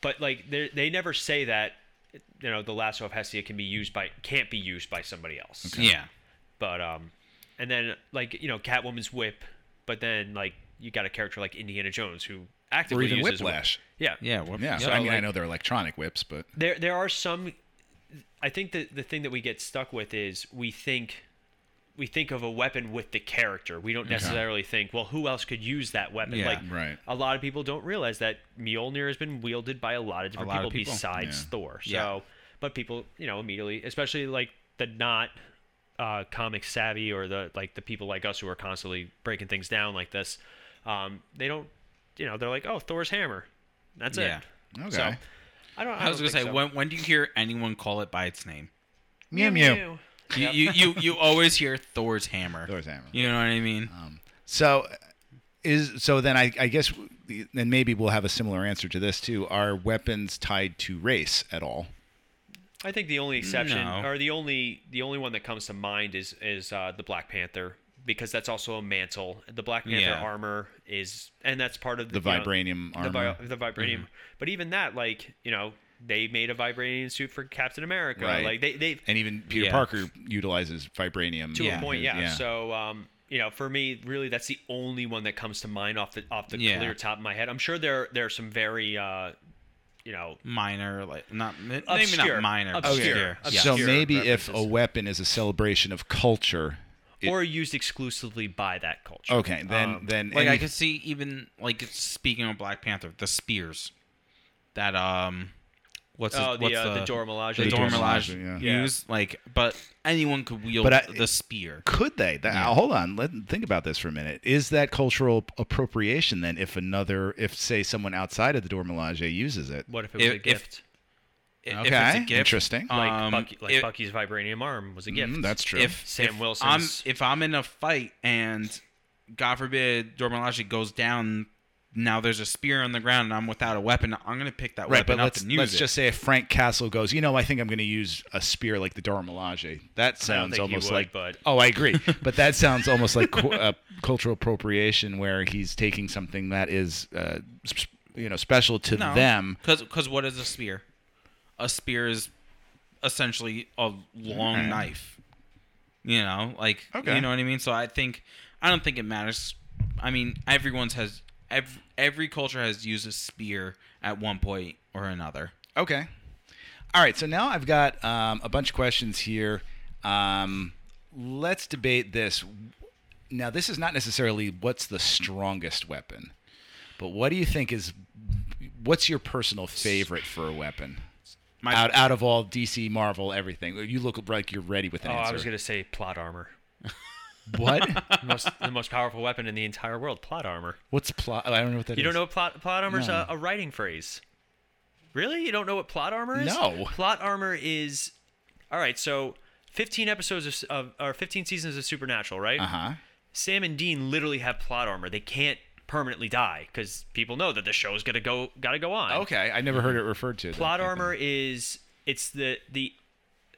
E: but like they they never say that. You know, the lasso of Hestia can be used by can't be used by somebody else.
D: Yeah,
E: But um, and then like you know Catwoman's whip, but then like you got a character like Indiana Jones who
C: or
E: actively
C: even
E: uses a whip.
C: Whiplash.
E: Yeah.
D: yeah, wha-
C: Yeah. So, I mean, I know they're electronic whips, but
E: There there are some I think that the thing that we get stuck with is we think we think of a weapon with the character. We don't necessarily think, well, who else could use that weapon?
D: Yeah,
E: like
C: right.
E: a lot of people don't realize that Mjolnir has been wielded by a lot of different
D: lot
E: people,
D: of people,
E: besides
C: yeah.
E: Thor. So,
D: Yeah.
E: but people, you know, immediately, especially like the not uh, comic savvy or the like the people like us who are constantly breaking things down like this, um, they don't, you know, they're like, oh, Thor's hammer. That's
D: Yeah.
E: it.
C: Okay.
E: So, I don't. I,
D: I was
E: don't
D: gonna say,
E: think so.
D: when when do you hear anyone call it by its name?
C: Mew mew.
D: You you, you, you always hear Thor's hammer.
C: Thor's hammer.
D: You know what I mean?
C: So is so then I, I guess then maybe we'll have a similar answer to this too. Are weapons tied to race at all?
E: I think the only exception,
D: No.
E: or the only the only one that comes to mind is is uh, the Black Panther because that's also a mantle. The Black Panther
D: Yeah.
E: armor is, and that's part of
C: The
E: you know,
C: vibranium
E: The, vi-
C: armor. Mm-hmm.
E: the vibranium, but even that, like you know, they made a vibranium suit for Captain America.
C: Right.
E: Like they they
C: And even Peter
D: Yeah.
C: Parker utilizes vibranium
E: to
C: in
E: a point,
C: his-
E: yeah. So um, you know, for me, really, that's the only one that comes to mind off the off the
D: Yeah.
E: clear top of my head. I'm sure there there are some very uh, you know.
D: Minor, like not maybe
E: Obscure.
D: not minor. but
E: Obscure.
D: Yeah.
C: So
E: Obscure
C: maybe if a
E: references.
C: weapon is a celebration of culture, it-
E: or used exclusively by that culture.
C: okay, then
E: Um,
C: then
D: Like I
C: any-
D: could see even like speaking of Black Panther, the spears. That um, what's his,
E: Oh, the,
D: what's
E: uh, the
D: the
E: Dora Milaje.
D: the
E: The
D: Dora
E: Dora
D: Milaje
C: Milaje,
E: yeah.
D: use like, but anyone could wield
C: But I-
D: the spear.
C: could they? That,
D: Yeah.
C: Hold on, let think about this for a minute. Is that cultural appropriation then? If another, if say someone outside of the Dora Milaje uses it,
E: What if it was a
D: If- if-
E: gift?
D: I- If it's a
C: okay,
D: gift,
C: interesting.
D: um,
E: like, Bucky, like
D: if-
E: Bucky's vibranium arm was a gift.
C: Mm, that's true.
D: If
E: Sam
D: if I'm,
E: Wilson's-
D: if I'm in a fight and God forbid Dora Milaje goes down, now there's a spear on the ground and I'm without a weapon. I'm gonna pick that
C: Right,
D: weapon
C: but
D: up
C: let's
D: and use
C: let's
D: it.
C: just say if Frank Castle goes, you know, I think I'm going to use a spear like the Dora Milaje. That sounds
E: think he
C: almost
E: would,
C: like.
E: but-
C: Oh, I agree, but that sounds almost like cu- uh, cultural appropriation, where he's taking something that is, uh, sp- you know, special to them.
D: Because what is a spear? A spear is essentially a long
C: Okay.
D: knife. You know, like
C: Okay.
D: you know what I mean. So I think I don't think it matters. I mean, everyone's has every, every culture has used a spear at one point or another.
C: Okay. All right. So now I've got um, a bunch of questions here. Um, let's debate this. Now, this is not necessarily what's the strongest weapon, but what do you think is what's your personal favorite for a weapon?
D: My
C: out out of all DC, Marvel, everything. You look like you're ready with an
E: Oh,
C: answer.
E: I was gonna say plot armor.
C: What?
E: The most, the most powerful weapon in the entire world, plot armor.
C: What's plot? I don't know what that is.
E: You don't know what plot plot armor's
C: No.
E: a, a writing phrase. Really? You don't know what plot armor is?
C: No.
E: Plot armor is all right. So, fifteen episodes of, of or fifteen seasons of Supernatural, right?
C: Uh huh.
E: Sam and Dean literally have plot armor. They can't permanently die because people know that the show's gonna go gotta go on.
C: Okay, I never heard it referred to.
E: plot armor is it's the the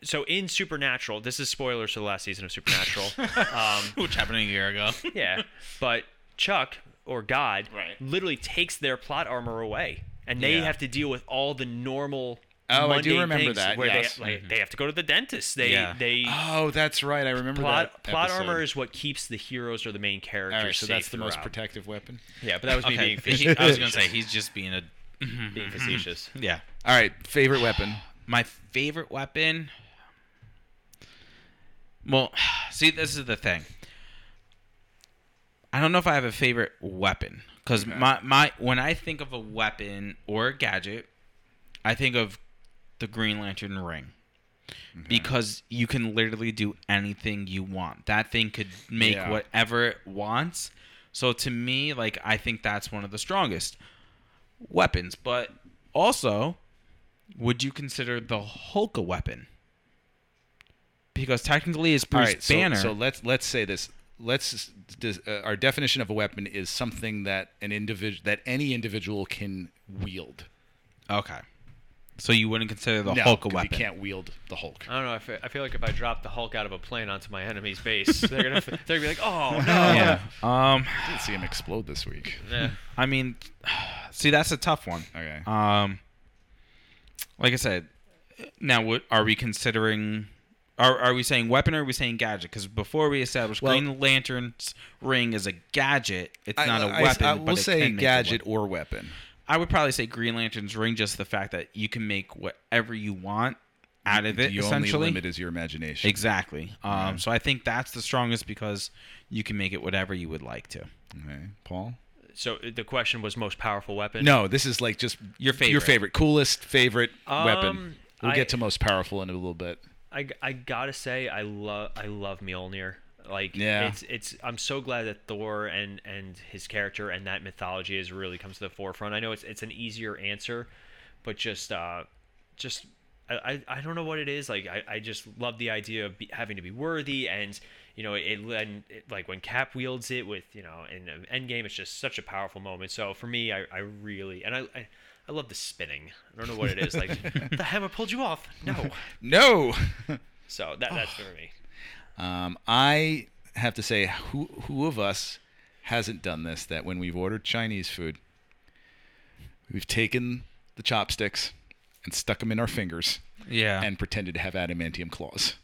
E: so in supernatural this is spoilers to the last season of supernatural um,
D: which happened a year ago.
E: yeah but chuck or god
D: Right.
E: literally takes their plot armor away and they
D: Yeah.
E: have to deal with all the normal
C: Oh, I do
E: mundane
C: remember
E: things
C: that,
E: where
C: yes. Mm-hmm.
E: they, like, they have to go to the dentist they
D: Yeah.
E: they
C: Oh, that's right. I remember
E: plot
C: that.
E: plot
C: episode.
E: armor is what keeps the heroes or the main characters
C: All right, so that's
E: safe
C: the most
E: throughout.
C: protective weapon.
E: yeah but that was me
D: Okay,
E: being, fac-
D: he- I was gonna say he's just being a
E: being facetious
D: yeah.
C: All right, favorite weapon.
D: My favorite weapon. Well, see, this is the thing. I don't know if I have a favorite weapon because my my when I think of a weapon or a gadget, I think of the Green Lantern ring because you can literally do anything you want. That thing could make
C: Yeah.
D: whatever it wants. So to me, like I think that's one of the strongest weapons. But also, would you consider the Hulk a weapon? Because technically, it's Bruce
C: All right, so-
D: Banner.
C: So, let's let's say this. Let's dis- uh, our definition of a weapon is something that an individual that any individual can wield.
D: Okay. So you wouldn't consider the
C: No,
D: Hulk a
C: 'cause
D: weapon?
C: You can't wield the Hulk.
E: I don't know. I feel, I feel like if I drop the Hulk out of a plane onto my enemy's base, they're gonna they're gonna be like, "Oh no!"
D: Yeah. Um,
C: I didn't see him explode this week.
E: Yeah.
D: I mean, see, that's a tough one.
C: Okay.
D: Um, like I said, now what are we considering? Are, are we saying weapon or are we saying gadget? Because before we established
C: Well-
D: Green Lantern's ring is a gadget. It's not a
C: a
D: weapon.
C: I,
D: but
C: will
D: it
C: say
D: can make a
C: gadget
D: weapon.
C: or weapon.
D: I would probably say Green Lantern's ring, just the fact that you can make whatever you want out of it.
C: Your
D: essentially,
C: only limit is your imagination.
D: exactly. Um, So I think that's the strongest because you can make it whatever you would like to.
C: okay. Paul.
E: So uh, the question was most powerful weapon.
C: No, this is like just your
D: Your favorite.
C: favorite, coolest favorite weapon.
E: Um,
C: We'll
E: I-
C: get to most powerful in a little bit.
E: I, I gotta say I love I love Mjolnir. Like
C: Yeah.
E: it's it's I'm so glad that Thor and and his character and that mythology is really comes to the forefront. I know it's it's an easier answer, but just uh just I, I I don't know what it is like I, I just love the idea of be, having to be worthy and you know it, and it like when Cap wields it with you know in um, Endgame it's just such a powerful moment so for me I, I really and I, I I love the spinning I don't know what it is like the hammer pulled you off no
C: No.
E: so that that's for me.
C: Um, I have to say, who who of us hasn't done this? That when we've ordered Chinese food, we've taken the chopsticks and stuck them in our fingers
D: Yeah.
C: and pretended to have adamantium claws.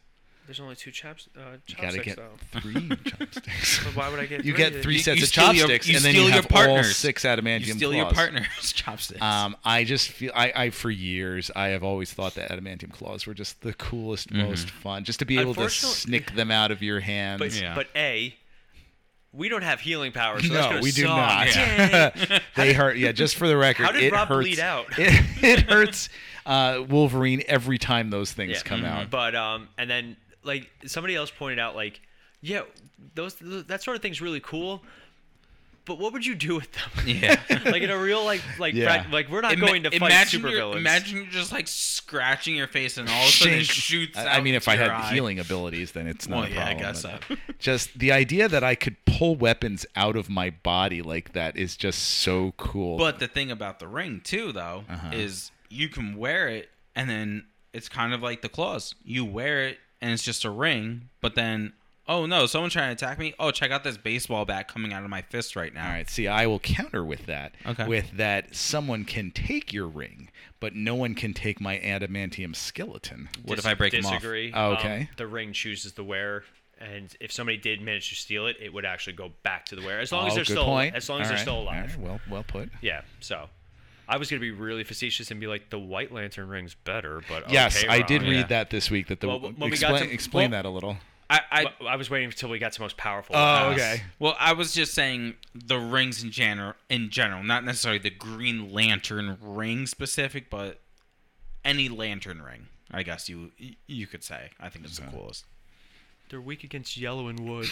E: There's only two chaps, uh,
C: You gotta
E: chopsticks
C: get
E: though.
C: three chopsticks.
E: But why would I get?
C: You
E: three?
C: get three
D: You-
C: sets
D: you
C: of
D: steal your-
C: chopsticks,
D: you
C: and then
D: steal
C: you
D: your
C: have all
D: partners.
C: six adamantium
D: you steal
C: claws.
D: your partner's chopsticks.
C: Um, I just feel I, I for years I have always thought that adamantium claws were just the coolest,
D: Mm-hmm.
C: most fun. Just to be able to
E: Unfortunately-
C: snick them out of your hands.
E: But
D: Yeah.
E: but a, we don't have healing power, so that's
C: no,
E: gonna
C: we do
E: suck.
C: not.
E: Yay.
C: they hurt. Yeah, just for the record,
E: did
C: it
E: Rob
C: hurts.
E: bleed out?
C: It, it hurts uh, Wolverine every time those things
E: Yeah.
C: come out.
E: But um, and then like somebody else pointed out, like, yeah, those th- that sort of thing's really cool. But what would you do with them?
D: Yeah.
E: like in a real like like
C: Yeah.
E: prac- like we're not
D: Ima-
E: going to fight
D: imagine you're-
E: supervillains.
D: Imagine you're just like scratching your face and all of a sudden it
C: Shink.
D: shoots.
C: I-
D: Out
C: I mean, if I
D: your
C: had
D: eye.
C: healing abilities, then it's not
D: Well,
C: a
D: yeah, I
C: problem.
D: guess
C: but
D: so.
C: Just the idea that I could pull weapons out of my body like that is just so cool.
D: But the thing about the ring too, though, is you can wear it, and then it's kind of like the claws. You wear it, and it's just a ring. But then, oh no, someone's trying to attack me. Oh, check out this baseball bat coming out of my fist right now.
C: All right. See, I will counter with that.
D: Okay.
C: With that, someone can take your ring, but no one can take my adamantium skeleton.
D: What if I break 'em off?
E: disagree.
C: Oh, okay.
E: Um, the ring chooses the wearer, and if somebody did manage to steal it, it would actually go back to the wearer. As long as
C: Oh,
E: they're
C: good
E: still,
C: point.
E: as long
C: All
E: as they're
C: right,
E: still
C: all
E: alive.
C: right, Well, well put.
E: Yeah. So, I was gonna be really facetious and be like, the White Lantern ring's better, but
C: Yes,
E: okay,
C: I
E: Ron.
C: did read
D: Yeah.
C: that this week. That the
E: Well, when we got
C: explain,
E: to-
C: explain
D: well-
C: that a little.
D: I, I,
E: Well, I was waiting until we got to most powerful.
C: Oh,
E: Uh,
C: okay.
D: Well, I was just saying the rings in general, in general, not necessarily the Green Lantern ring specific, but any lantern ring, I guess you you could say. I think it's the coolest.
E: They're weak against yellow and wood.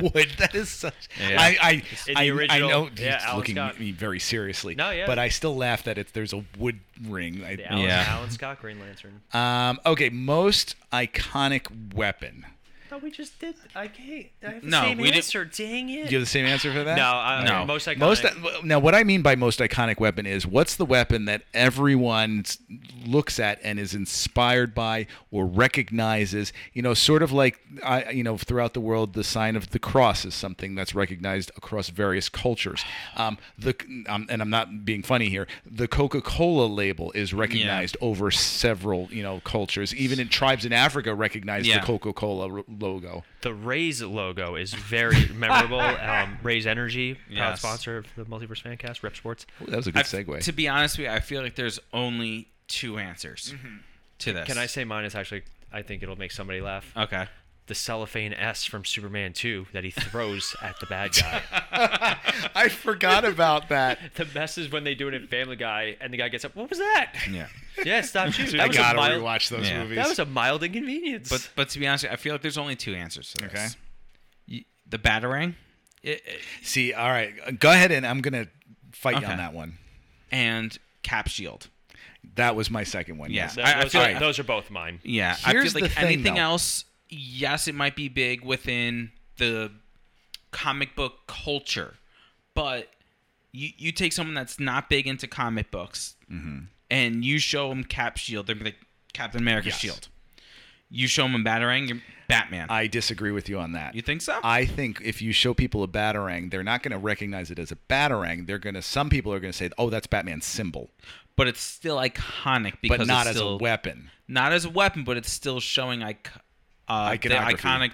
C: Wood. That is such.
D: Yeah.
C: I, I,
E: In the
C: I, I
E: original-
C: know
E: yeah,
C: he's
E: Alan
C: looking
E: Scott.
C: at me very seriously.
E: No, yeah.
C: But I still laugh that it's there's a wood ring. I,
E: The Alan,
D: Yeah.
E: Alan Scott Green Lantern.
C: Um. Okay. Most iconic weapon.
E: No, we just did. I can't. I have the
D: No,
E: same
D: we didn't-
E: answer. Dang it.
C: Do you have the same answer for that?
E: no, I,
D: No.
E: most iconic.
C: Most now, what I mean by most iconic weapon is what's the weapon that everyone s- looks at and is inspired by or recognizes. You know, sort of like I, you know, throughout the world, the sign of the cross is something that's recognized across various cultures. Um, the um, and I'm not being funny here. The Coca-Cola label is recognized over several you know cultures. Even in tribes in Africa, recognize
D: Yeah.
C: the Coca-Cola r- logo.
E: The Rays logo is very memorable. Um, Rays Energy, proud
D: Yes.
E: sponsor of the Multiverse Fancast, Rep Sports.
C: Ooh, that was a good
D: I-
C: segue.
D: To be honest with you, I feel like there's only two answers to this.
E: Mm-hmm. Can I say mine is actually? I think it'll make somebody laugh.
D: Okay.
E: The cellophane S from Superman 2 that he throws at the bad guy.
C: I forgot about that.
E: the best is when they do it in Family Guy, and the guy gets up. What was that?
D: Yeah.
E: Yeah, stop shooting.
C: I
E: That was a
C: gotta
E: mild,
C: rewatch those
D: Yeah.
C: movies.
E: That was a mild inconvenience.
D: But but to be honest, with you, I feel like there's only two answers to this.
C: Okay.
D: Y- The batarang, it, it-
C: See, all right, go ahead and I'm gonna fight you
D: Okay.
C: on that one.
D: and cap shield.
C: That was my second one.
D: Yeah.
C: Yes.
E: Th-
D: I- I
E: those,
D: feel
E: are,
D: like-
E: those are both mine.
D: Yeah,
C: Here's
D: I feel like
C: the thing,
D: anything
C: though.
D: else, yes, it might be big within the comic book culture, but you you take someone that's not big into comic books
C: Mm-hmm.
D: and you show them Cap Shield, they're like Captain America's
C: Yes.
D: shield. You show them a batarang, you're Batman.
C: I disagree with you on that.
D: you think so?
C: I think if you show people a batarang, they're not gonna recognize it as a batarang. They're gonna. Some people are gonna say, "Oh, that's Batman's symbol,"
D: but it's still iconic because
C: but not
D: it's
C: as
D: still,
C: a weapon.
D: Not as a weapon, but it's still showing ic- uh, the
C: Iconography.
D: iconic.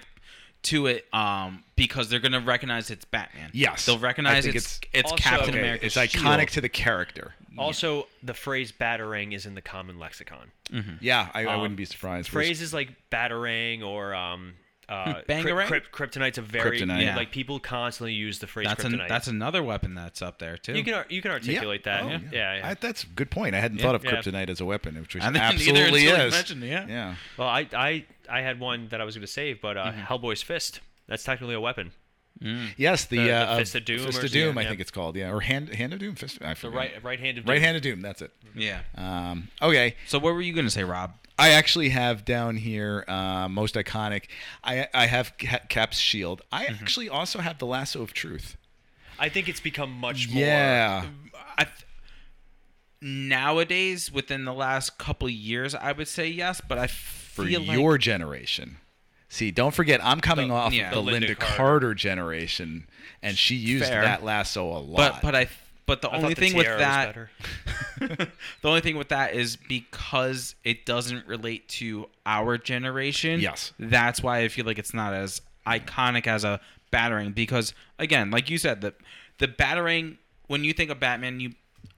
D: to it um, because they're gonna recognize it's Batman.
C: Yes.
D: they'll
C: I
D: recognize
C: think
D: it's
C: it's-
D: it's,
E: Also-
D: Captain
E: Okay,
D: America.
C: It's iconic to the character.
E: Also, the phrase batarang is in the common lexicon.
C: Yeah, I, I
E: Um,
C: wouldn't be surprised. We're-
E: Phrases like batarang or um, uh,
D: Bangarang?
E: Kryp- kryp- kryptonite's a very
C: Kryptonite.
D: Yeah.
E: like people constantly use the phrase
D: That's an,
E: kryptonite.
D: that's another weapon that's up there too.
E: you can you can
C: Yeah.
E: articulate that.
C: Oh,
E: yeah, yeah. yeah.
C: I, that's a good point. I hadn't thought of
E: Yeah.
C: kryptonite as a weapon, which it
D: I didn't either
C: absolutely
D: until you
C: is.
D: mentioned it, yeah.
C: yeah.
E: well, I, I I had one that I was going to save, but uh, Hellboy's fist. That's technically a weapon.
C: Yes, the,
E: the
C: uh,
E: Fist of Doom
C: Fist
E: or
C: of Doom,
E: something,
C: I
E: yeah.
C: think it's called. Yeah, or hand hand of doom. Fist. I
E: The
C: forgot.
E: right right-handed. dude.
C: Right hand of doom. That's it.
D: yeah.
C: Um, okay,
D: So what were you gonna say, Rob?
C: I actually have down here uh, most iconic. I I have Ca- Cap's shield. I actually also have the lasso of truth.
E: I think it's become much more.
C: Yeah,
D: I th- nowadays within the last couple years, I would say yes, but I
C: for
D: feel like
C: your generation. See, don't forget, I'm coming off
D: yeah,
C: of the
D: the
C: Linda,
E: Linda
C: Carter.
E: Carter.
C: generation, and she used
D: Fair.
C: that lasso a lot.
D: but but I but the
E: I
D: only
E: thought the
D: thing with
E: tiara was
D: that
E: better.
D: the only thing with that is because it doesn't relate to our generation.
C: Yes.
D: That's why I feel like it's not as iconic as a battering because again, like you said, the the battering when you think of Batman, you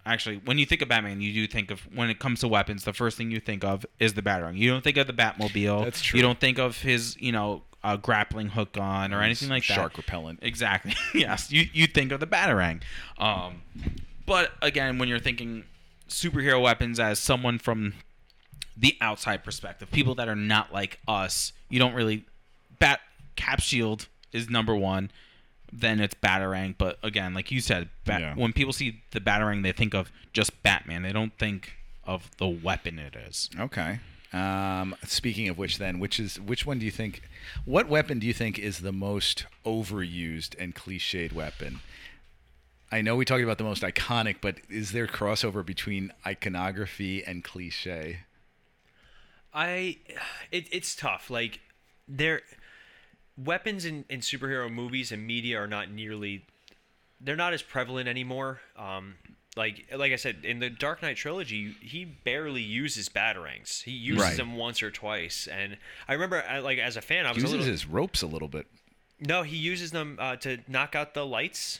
D: actually when you think of Batman, you do think of when it comes to weapons, the first thing you think of is the battering. You don't think of the Batmobile.
C: That's true.
D: You don't think of his, you know, uh, grappling hook on or anything like that.
C: Shark repellent.
D: Exactly. yes, you you think of the batarang. Um, but again, when you're thinking superhero weapons as someone from the outside perspective, people that are not like us, you don't really bat cap shield is number one. Then it's batarang. But again, like you said, bat,
C: Yeah.
D: when people see the batarang, they think of just Batman. They don't think of the weapon it is.
C: Okay. Um, speaking of which, then, which is which one do you think? What weapon do you think is the most overused and cliched weapon? I know we talked about the most iconic, but is there crossover between iconography and cliche?
E: I it, it's tough. Like there weapons in, in superhero movies and media are not nearly they're not as prevalent anymore. Um like like I said, in the Dark Knight trilogy, he barely uses batarangs. He uses
C: Right.
E: them once or twice. And I remember I, like as a fan I was
C: He
E: a
C: uses
E: little
C: his ropes a little bit.
E: No, he uses them uh, to knock out the lights.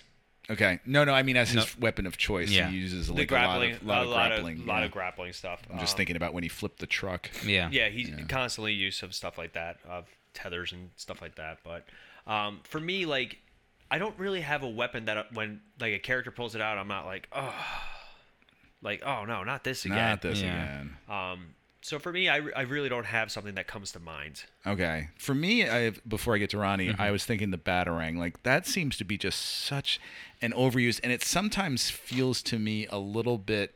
C: Okay. No, no. I mean, as his weapon of choice,
D: Yeah.
C: he uses
E: The
C: like
E: grappling
C: a lot of, lot of grappling.
E: lot
C: yeah.
E: of grappling stuff.
C: I'm just
E: Um,
C: thinking about when he flipped the truck.
D: Yeah.
E: yeah he's constantly use of stuff like that of tethers and stuff like that but um, for me like i don't really have a weapon that uh, when like a character pulls it out i'm not like oh like oh no not this again
C: Not this
D: Yeah.
C: again.
E: um so for me I, re- I really don't have something that comes to mind
C: Okay. For me, I before I get to Ronnie,
D: Mm-hmm.
C: I was thinking the batarang. Like that seems to be just such an overuse, and it sometimes feels to me a little bit,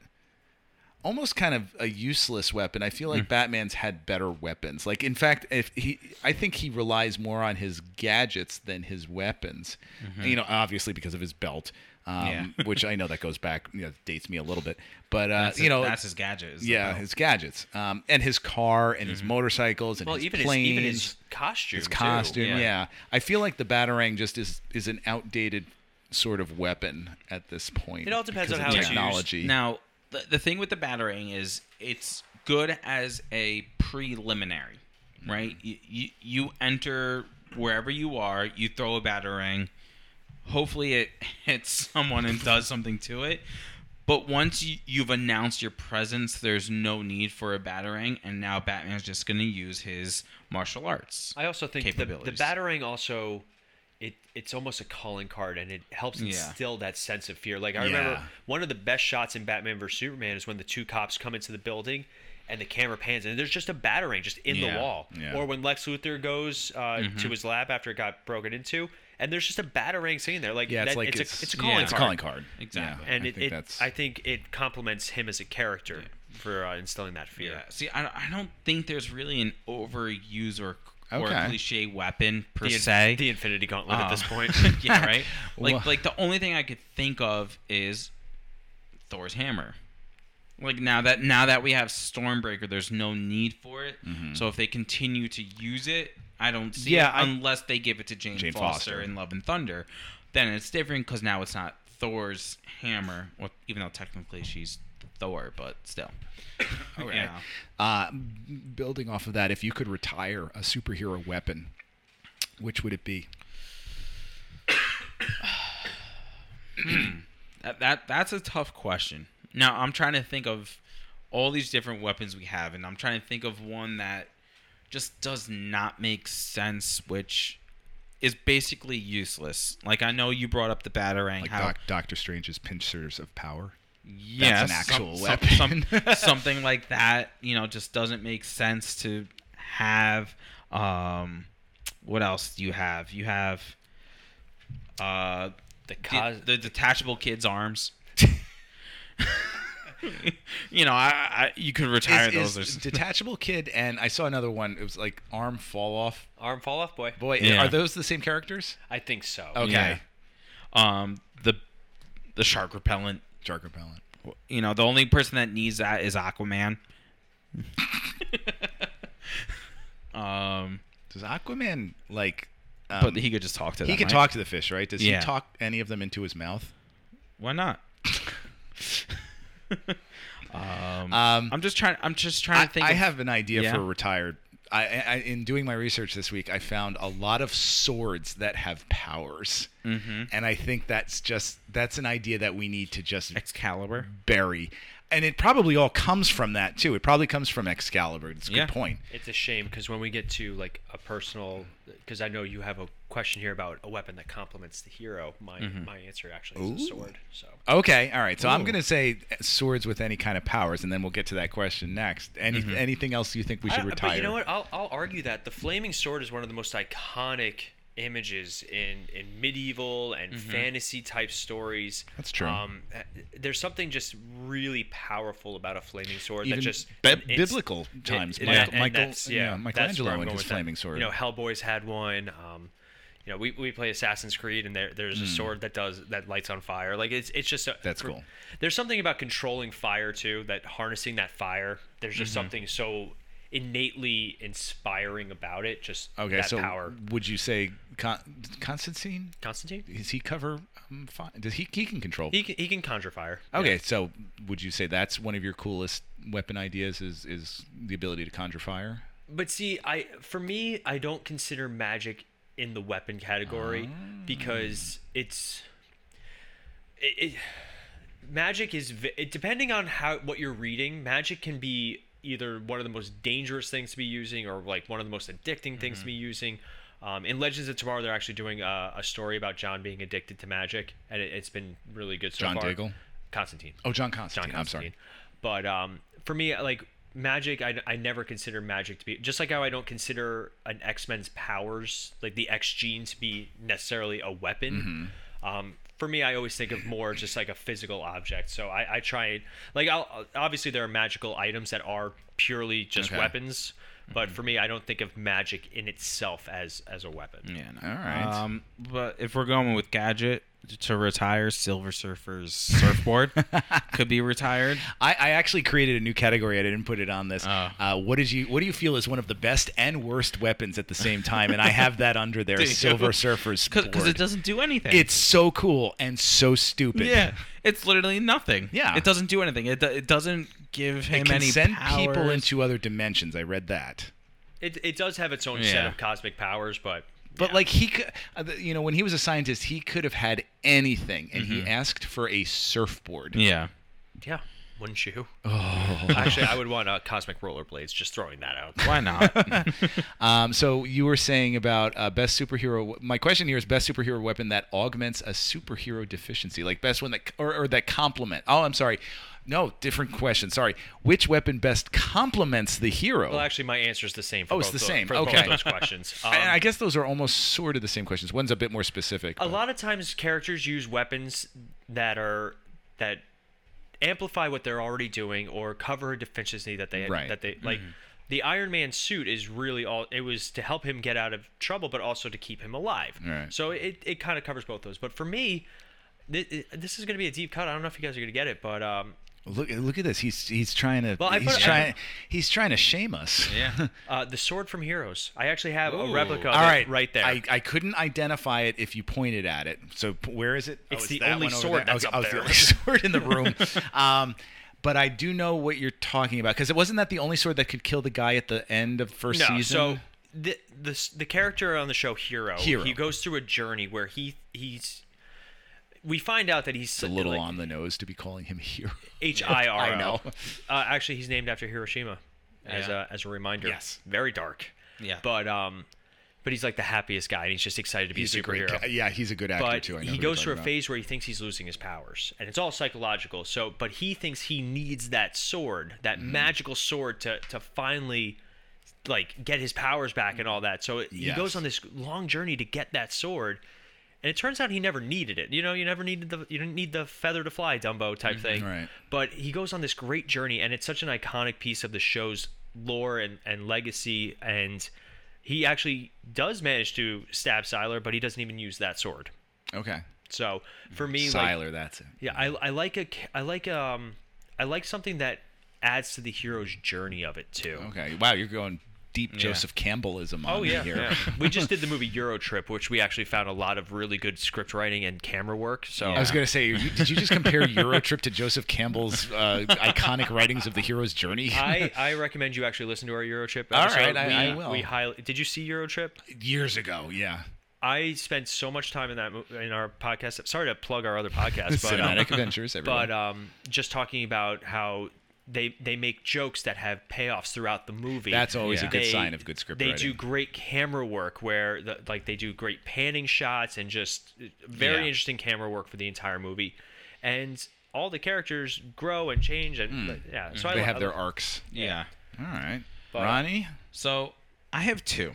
C: almost kind of a useless weapon. I feel
D: Mm.
C: like Batman's had better weapons. Like in fact, if he, I think he relies more on his gadgets than his weapons.
D: Mm-hmm.
C: You know, obviously because of his belt. Um, which I know that goes back, you know, dates me a little bit, but uh,
D: That's
C: you
D: his-
C: know,
D: that's his gadget. is the
C: yeah,
D: belt.
C: his gadgets, um, and his car, and his motorcycles, and
E: Mm-hmm. well
C: his
E: even his,
C: planes,
E: even his costume
C: his
E: too.
C: costume.
D: yeah.
C: yeah. I feel like the batarang just is is an outdated sort of weapon at this point.
E: It all depends
C: because
E: on
C: of
E: how it's used.
C: technology.
D: Now, the, the thing with the batarang is it's good as a preliminary, right?
E: Mm-hmm.
D: You, you, you enter wherever you are, you throw a batarang. Hopefully, it hits someone and does something to it. But once you, you've announced your presence, there's no need for a batarang, and now Batman's just going to use his martial arts.
E: I also think the, the
D: capabilities.
E: battering also it it's almost a calling card and it helps
D: Yeah.
E: instill that sense of fear. Like I remember
C: Yeah.
E: one of the best shots in Batman vs Superman is when the two cops come into the building and the camera pans in, and there's just a battering just in
D: Yeah.
E: the wall.
C: Yeah. Mm-hmm.
E: Or when Lex Luthor goes uh, to his lab after it got broken into and there's just a battering sitting there. Like,
C: yeah, it's
E: that,
C: like
E: it's, a, it's a calling
D: yeah.
E: card.
C: It's a calling card.
D: Exactly.
C: Yeah,
E: And
C: I
E: it,
C: think
E: it,
C: that's
E: I think it complements him as a character for uh, instilling that fear.
D: Yeah. See, I, I don't think there's really an overuse or, or
C: Okay.
D: cliche weapon per
E: The, in-
D: se.
E: the Infinity Gauntlet at
C: Uh,
D: Oh.
E: this point.
D: yeah, right. Like
C: Um. Wha-
D: like the only thing I could think of is Thor's hammer. Like now that now that we have Stormbreaker, there's no need for it. So if they continue to use it, I don't see
C: Mm-hmm. Yeah,
D: it
C: I-
D: unless they give it to Jane,
C: Jane
D: Foster,
C: Foster.
D: in Love and Thunder. Then it's different because now it's not Thor's hammer. Well, even though technically she's Thor, but still. Okay.
C: Uh, building off of that, if you could retire a superhero weapon, Which would it be?
D: That, that that's a tough question. Now I'm trying to think of all these different weapons we have, and I'm trying to think of one that just does not make sense, which is basically useless. Like I know you brought up the batarang,
C: Like
D: how
C: Doc, Doctor Strange's pincers of power.
D: yes,
C: an
D: some-
C: actual
D: some-
C: weapon.
D: something like that, you know, just doesn't make sense to have. Um, what else do you have? You have uh,
E: The
D: the-
E: cos-
D: the detachable kid's arms. you know, I, I you could retire
C: Is-
D: those.
C: is
D: There's-
C: detachable kid and I saw another one. It was like arm fall off.
E: Arm fall off boy.
C: Boy,
D: Yeah.
C: are those the same characters?
E: I think so.
C: Okay.
D: Yeah. Um, the the shark repellent.
C: Shark repellent.
D: You know, the only person that needs that is Aquaman. um,
C: Does Aquaman like? um,
D: but he could just talk to.
C: he
D: them,
C: can
D: right?
C: talk to the fish, right? Does
D: Yeah.
C: he talk any of them into his mouth?
D: Why not?
C: Um,
D: I'm just trying. I'm just trying
C: I,
D: to think.
C: I
D: of-
C: have an idea
D: Yeah.
C: for a retired. I, I I- in doing my research this week, I found a lot of swords that have powers, mm-hmm. and I think that's just that's an idea that we need to just
D: Excalibur.
C: bury. And it probably all comes from that too. It probably comes from Excalibur. It's a good
D: Yeah.
C: point.
E: It's a shame because when we get to like a personal, because I know you have a question here about a weapon that complements the hero. My
C: Mm-hmm.
E: my answer actually is a sword. So
C: Okay, all right. So I'm gonna say uh, swords with any kind of powers, and then we'll get to that question next. Any anything else you think we
E: I-
C: should retire?
E: But you know what? I'll, I'll argue that the flaming sword is one of the most iconic images in in medieval and fantasy type stories.
C: Mm-hmm. That's true.
E: Um, uh, there's something just really powerful about a flaming sword
C: Even
E: that just
C: bi-
E: and it's-
C: biblical times,
E: and-
C: Michael-
E: and
C: Michael-
E: that's- yeah,
C: yeah,
E: that's where
C: Michelangelo
E: I'm
C: with
E: going
C: his
E: with that.
C: flaming sword.
E: You know, Hellboy's had one. Um, you know, we, we play Assassin's Creed, and there there's a sword that does that lights on fire. Like it's it's just a,
C: Hmm. That's
E: for-
C: cool.
E: There's something about controlling fire too. That harnessing that fire. There's just
C: Mm-hmm.
E: something so innately inspiring about it. Just
C: Okay,
E: that
C: so
E: power.
C: would you say Con- Constantine?
E: Constantine.
C: Does he cover? Um, fine. Does he? He can control.
E: He can, he can conjure fire.
C: okay, so would you say that's one of your coolest weapon ideas? Is is the ability to conjure fire?
E: But see, I for me, I don't consider magic in the weapon category
C: Ah.
E: because it's it, it magic is v- it, depending on how what you're reading, magic can be either one of the most dangerous things to be using or like one of the most addicting things
C: Mm-hmm.
E: to be using. Um, in Legends of Tomorrow, they're actually doing a, a story about John being addicted to magic, and it, it's been really good so
C: John
E: far.
C: Daigle?
E: Constantine.
C: Oh, John
E: John
C: Constantine.
E: Constantine. But um, for me, like magic, I, I never consider magic to be just like how I don't consider an X Men's powers, like the X gene, to be necessarily a weapon.
C: Mm-hmm.
E: Um, for me, I always think of more just like a physical object. So I, I try like I'll, obviously there are magical items that are purely just
C: Okay. Mm-hmm.
E: weapons, but for me, I don't think of magic in itself as as a weapon.
D: Yeah.
C: All right.
D: Um, but if we're going with gadget to retire, Silver Surfer's surfboard could be retired.
C: I, I actually created a new category. I didn't put it on
E: Oh.
C: this. Uh, what did you? What do you feel is one of the best and worst weapons at the same time? And I have that under there.
D: Do you?
C: Silver Surfer's
D: Because it
C: board.
D: doesn't do anything.
C: It's so cool and so stupid.
D: yeah. It's literally nothing.
C: Yeah.
D: It doesn't do anything. It, do- it doesn't give him
C: It can
D: any
C: send
D: powers.
C: people into other dimensions. I read that.
E: It, it does have its own set
D: Yeah.
E: of cosmic powers, but
C: But like he could, uh, the- you know, when he was a scientist, he could have had anything, and he asked for a surfboard.
D: Yeah.
E: yeah, wouldn't you? Oh, actually, I would want uh, cosmic rollerblades. Just throwing that out.
D: Why not?
C: Um, so you were saying about uh, best superhero. My question here is best superhero weapon that augments a superhero deficiency, like best one that or, or that complement. Oh, I'm sorry. No, different question. Sorry. Which weapon best complements the hero?
E: Well, actually, my answer is the same. For
C: Oh, it's the
E: both tho-
C: same.
E: For
C: Okay.
E: both those questions. Um,
C: I, I guess those are almost sort of the same questions. One's a bit more specific.
E: a
C: but-
E: lot of times, characters use weapons that are that amplify what they're already doing or cover a deficiency that they
C: Right. Mm-hmm.
E: that they like. The Iron Man suit is really all. It was to help him get out of trouble, but also to keep him alive.
C: Right.
E: So it, it kind of covers both those. But for me, thi- this is going to be a deep cut. I don't know if you guys are going to get it, but um,
C: Look, look at this. He's he's trying to
E: Well, I
C: he's
E: put- I-
C: trying he's trying to shame us.
D: yeah.
E: uh, the sword from Heroes. I actually have a
D: Ooh.
E: replica. Of
C: All
E: it
C: right,
E: right there.
C: I, I couldn't identify it if you pointed at it. So p- where is it? Oh,
E: It's the
C: that
E: only
C: one over
E: sword
C: there.
E: that's
C: Okay,
E: up
C: oh, it's the
E: there.
C: only sword in the room. um, but I do know what you're talking about because it wasn't that the only sword that could kill the guy at the end of first
E: no,
C: season.
E: so the the s- the character on the show Hero,
C: Hero.
E: he goes through a journey where he he's we find out that he's
C: It's a little
E: like,
C: on the nose to be calling him hero.
E: H I R O.
C: I know.
E: Uh, actually, he's named after Hiroshima as
D: Yeah.
E: a as a reminder.
C: Yes.
E: Very dark.
D: Yeah.
E: But um, but he's like the happiest guy, and he's just excited to be
C: He's
E: a
C: a great
E: superhero.
C: guy. Yeah, he's a good actor
E: But
C: too. I know
E: he
C: who you're
E: goes through a
C: talking
E: phase where he thinks he's losing his powers, and it's all psychological. So, but he thinks he needs that sword, that
C: Mm-hmm.
E: magical sword, to to finally like get his powers back and all that. So it, he
C: Yes.
E: goes on this long journey to get that sword, and it turns out he never needed it. You know, you never needed the you didn't need the feather to fly, Dumbo type thing.
C: Mm-hmm. Right.
E: But he goes on this great journey, and it's such an iconic piece of the show's lore and and legacy. And he actually does manage to stab Siler, but he doesn't even use that sword.
C: about. Okay,
E: So for me, like,
C: Siler, that's it.
E: yeah, I, I like a ca- I like um I like something that adds to the hero's journey of it too.
C: Okay, wow, you're going deep Joseph Campbellism on
E: Oh
C: me
E: yeah,
C: here.
E: yeah. we just did the movie Euro Trip, which we actually found a lot of really good script writing and camera work. So
C: I was gonna say, you, did you just compare Eurotrip to Joseph Campbell's uh, iconic writings of the hero's journey?
E: I, I recommend you actually listen to our Euro Trip.
C: All
E: Episode.
C: right, I-
E: we,
C: I will.
E: We highly, did you see Euro Trip?
C: Years ago, yeah.
E: I spent so much time in that mo- in our podcast. Sorry to plug our other podcast, but um,
C: Cinematic Adventures, everyone.
E: but um, just talking about how they they make jokes that have payoffs throughout the movie.
C: That's always a
E: Yeah.
C: good sign of good script
E: They
C: writing.
E: do great camera work where the, like they do great panning shots and just uh, very
D: Yeah.
E: interesting camera work for the entire movie, and all the characters grow and change and yeah. So I
C: Hmm. they
E: lo-
C: have
E: I
C: their
E: lo-
C: arcs.
D: yeah.
C: All right, Ronnie.
D: So I have two.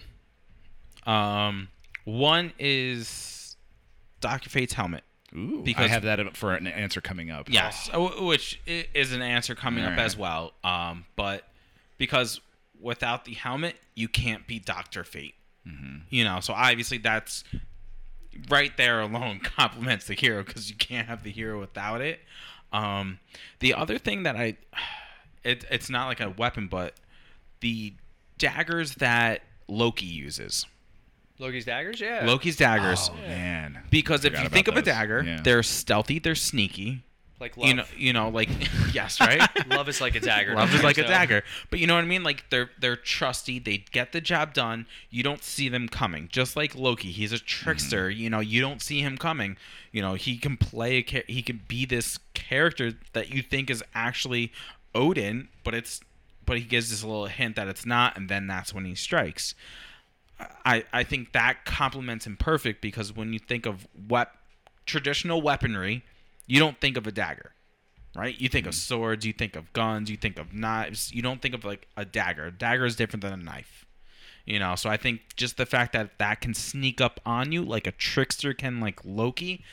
D: Um, one is Doctor Fate's helmet.
C: Ooh, I
D: Because-
C: have that up for an answer coming up.
D: Yes, uh, which i- is an answer coming up
C: Oh. Alright.
D: as well. Um, but because without the helmet, you can't be Doctor Fate.
C: Mm-hmm.
D: You know, so obviously that's right there alone complements the hero because you can't have the hero without it. Um, the other thing that I, it, it's not like a weapon, but the daggers that Loki uses,
E: Loki's daggers. Yeah.
D: Loki's daggers.
C: Oh man.
D: Because if
C: Forgot
D: you
C: about
D: think of a
C: those.
D: dagger,
C: Yeah.
D: they're stealthy, they're sneaky.
E: like love.
D: You know, you know, like yes, right?
E: love is like a dagger.
D: Love is like a
E: So-
D: dagger. But you know what I mean? Like they're they're trusty. They get the job done. You don't see them coming. Just like Loki, he's a trickster.
E: Mm-hmm.
D: You know, you don't see him coming. You know, he can play a char- he can be this character that you think is actually Odin, but it's but he gives this little hint that it's not, and then that's when he strikes. I I think that complements him perfect because when you think of wep- traditional weaponry, you don't think of a dagger right? You think of swords, you think of guns, you think of knives. You don't think of like a dagger. A dagger is different than a knife. You know, so I think just the fact that that can sneak up on you like a trickster can like Loki,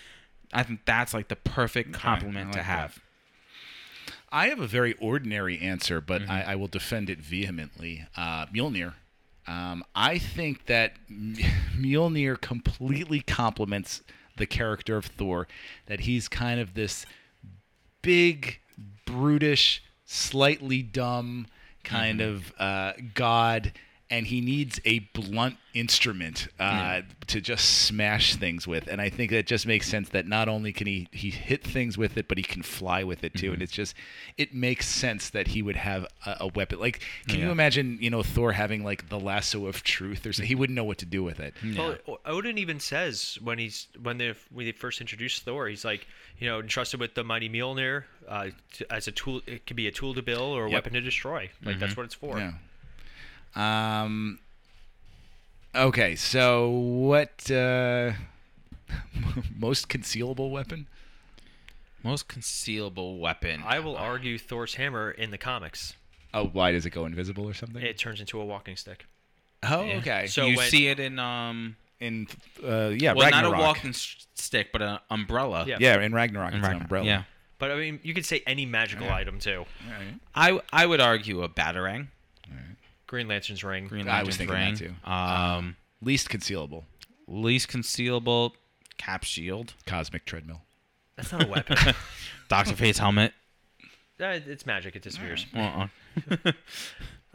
D: I think that's like the perfect compliment
C: I
D: to
C: like
D: have.
C: I have a very ordinary answer, but I, I will defend it vehemently. Uh, Mjolnir. Um, I think that M- Mjolnir completely complements the character of Thor, that he's kind of this big, brutish, slightly dumb kind of uh, god, and he needs a blunt instrument uh, to just smash things with. And I think that just makes sense that not only can he he hit things with it, but he can fly with it too. And it's just it makes sense that he would have a, a weapon. Like, can you
D: Yeah.
C: imagine you know Thor having like the lasso of truth or something? He wouldn't know what to do with it.
E: Well, O- Odin even says when he's when they when they first introduced Thor, he's like, you know, entrusted with the mighty Mjolnir uh, t- as a tool. It could be a tool to build or a weapon to destroy. Like that's what it's for.
C: Mm-hmm. Yeah. Um. Okay, so what? Uh, most concealable weapon?
D: Most concealable weapon.
E: I will argue Thor's hammer in the comics.
C: Oh, why does it go invisible or something?
E: It turns into a walking stick.
C: oh, okay.
E: So
D: you
E: when-
D: see it in um
C: in uh, yeah,
D: well
C: Ragnarok.
D: not a walking s- stick but an umbrella.
E: Yeah.
C: yeah, in Ragnarok, it's an
D: Ragnarok,
C: umbrella.
D: Yeah.
E: But I mean, you could say any magical item too.
D: I I would argue a batarang.
E: Green Lantern's ring.
D: Green
C: I was
D: Lantern's
C: thinking that
D: ring.
E: Uh-huh.
D: Um
C: Least concealable,
D: least concealable cap shield.
C: cosmic treadmill.
E: That's not a weapon.
D: Doctor Fate's helmet.
E: Uh, it's magic. It disappears.
D: Uh-uh.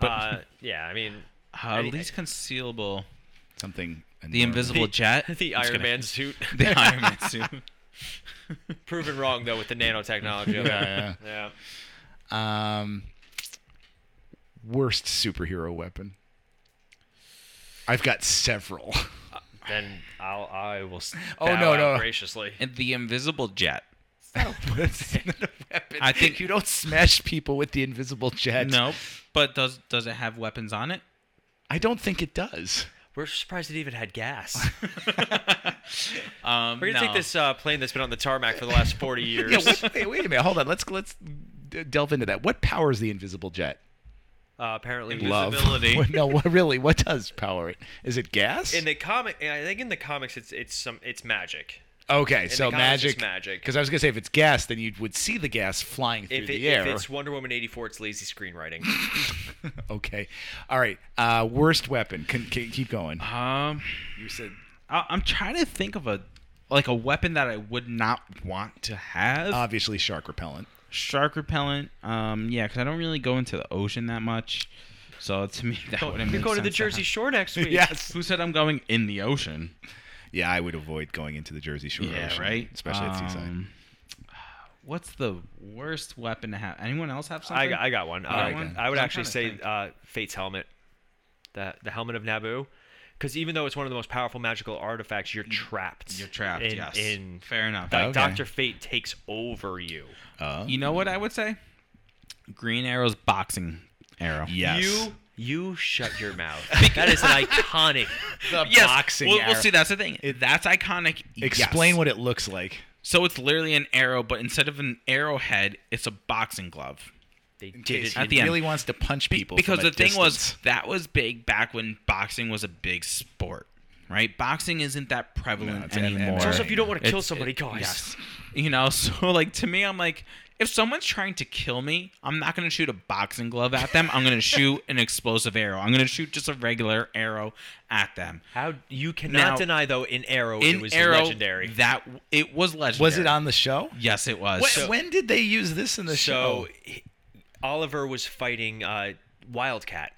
E: uh, yeah, I mean,
D: Uh, least concealable.
C: Something. enormous.
D: The invisible jet.
E: the
D: I'm just
E: Iron
D: kidding.
E: Man suit.
D: The Iron Man suit.
E: Proven wrong though with the nanotechnology. of it.
C: Yeah,
E: yeah.
C: yeah. Um, worst superhero weapon. I've got several.
E: then I'll I will. s-
C: Oh,
E: bow
C: no,
E: out
C: no.
E: Graciously.
D: And the invisible jet.
C: It's not a weapon.
D: I think-
C: you don't smash people with the invisible jet.
D: No, but does does it have weapons on it?
C: I don't think it does.
E: We're surprised it even had gas.
D: Um,
E: We're gonna
D: no.
E: take this uh, plane that's been on the tarmac for the last forty years.
C: Yeah, wait, wait, wait a minute. Hold on. Let's let's d- delve into that. What powers the invisible jet?
E: uh, apparently,
C: Love.
D: Invisibility.
C: What- no, what, really, what does power it? Is it gas?
E: in the comic, I think in the comics, it's it's some it's magic.
C: okay,
E: the
C: so
E: comics,
C: magic.
E: it's magic.
C: Because I was gonna say, if it's gas, then you would see the gas flying through
E: If, it,
C: the
E: if
C: air.
E: it's Wonder Woman eighty four, it's lazy screenwriting.
C: okay. All right. Uh, worst weapon. Can, can, keep going.
D: Um,
C: You said
D: I, I'm trying to think of a like a weapon that I would not want to have.
C: obviously shark repellent.
D: Shark repellent. Um, yeah, because I don't really go into the ocean that much, so to me that wouldn't.
E: You're
D: make
E: going to
D: sense uh-huh.
E: the
D: to
E: Jersey
D: have.
E: Shore next week.
C: Yes.
D: Who said I'm going in the ocean?
C: Yeah, I would avoid going into the Jersey Shore.
D: Yeah,
C: ocean,
D: right.
C: Especially at seaside.
D: Um, What's the worst weapon to have? Anyone else have
E: I
D: something?
E: got, I got one. Uh,
D: got one?
E: I would
D: I'm
E: actually
D: trying to
E: say
D: think.
E: uh, Fate's helmet, the the helmet of Naboo, because even though it's one of the most powerful magical artifacts, you're trapped.
D: You're trapped.
E: In,
D: yes.
E: in
D: Fair enough.
E: like
C: Okay.
E: Doctor Fate takes over you.
C: Uh,
D: You know what I would say? Green Arrow's boxing arrow.
C: yes.
E: You you shut your mouth. that is an iconic.
C: the
D: Yes,
C: boxing
D: Well,
C: arrow.
D: well, see, that's the thing. that's iconic.
C: Explain
D: yes.
C: what it looks like.
D: So it's literally an arrow, but instead of an arrowhead, it's a boxing glove.
E: They did
C: case
E: it
D: at
C: he
D: the end.
C: really wants to punch people.
D: because
C: from a
D: the thing was
C: distance.
D: that was big back when boxing was a big sport right boxing isn't that
C: No,
D: prevalent
C: it's MMA.
D: anymore
C: It's
E: also, if you don't want to kill
D: It's-
E: somebody,
D: it-
E: guys.
D: yes. you know so like to me i'm like if someone's trying to kill me i'm not going to shoot a boxing glove at them i'm going to shoot an explosive arrow i'm going to shoot just a regular arrow at them
E: How you cannot
D: Now-
E: deny though in Arrow
D: in
E: it was
D: arrow
E: legendary.
D: that it was legendary
C: was it on the show?
D: yes it was
C: When, when did they use this in the
E: so
C: show?
E: he- Oliver was fighting uh, Wildcat.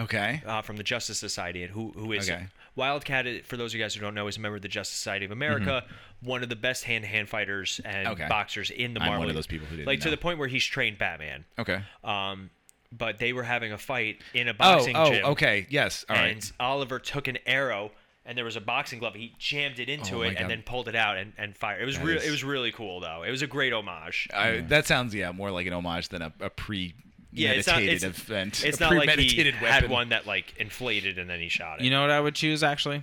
C: Okay.
E: uh, from the Justice Society, and who who is
C: Okay.
E: Wildcat. i- For those of you guys who don't know, is a member of the Justice Society of America, one of the best hand-to-hand fighters and
C: Mm-hmm. Okay.
E: boxers in the
C: I'm
E: Marvel.
C: one of
E: League.
C: those people who didn't
E: like to
C: know.
E: the point where he's trained Batman.
C: Okay.
E: Um, but they were having a fight in a
C: Oh,
E: boxing
C: oh,
E: gym.
C: okay. Yes. All right.
E: and Oliver took an arrow. And there was a boxing glove. He jammed it into
C: Oh my
E: it
C: God.
E: and then pulled it out and, and fired. It was
C: That
E: real.
C: is-
E: It was really cool though. It was a great homage.
C: I, that sounds yeah more like an homage than a, a pre
E: Yeah, it's not. It's,
C: meditated event.
E: it's
C: a
E: not like he
C: premeditated
E: had
C: weapon.
E: one that like inflated and then he shot it.
D: you know what i would choose actually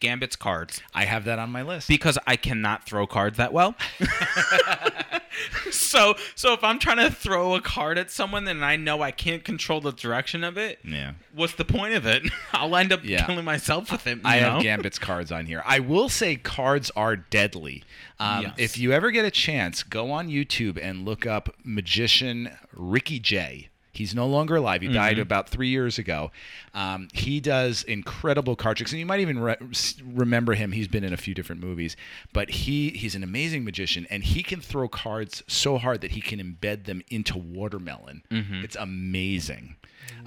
D: gambit's cards
C: I have that on my list.
D: because I cannot throw cards that well. so so if I'm trying to throw a card at someone and I know I can't control the direction of it,
C: yeah.
D: what's the point of it? I'll end up
C: Yeah.
D: killing myself with it. you
C: I
D: know?
C: have Gambit's cards on here. I will say cards are deadly. Um,
D: Yes.
C: If you ever get a chance, go on YouTube and look up magician Ricky Jay. He's no longer alive. He died about three years ago. Um, he does incredible card tricks, and you might even re- s- remember him. He's been in a few different movies, but he he's an amazing magician, and he can throw cards so hard that he can embed them into watermelon. It's amazing.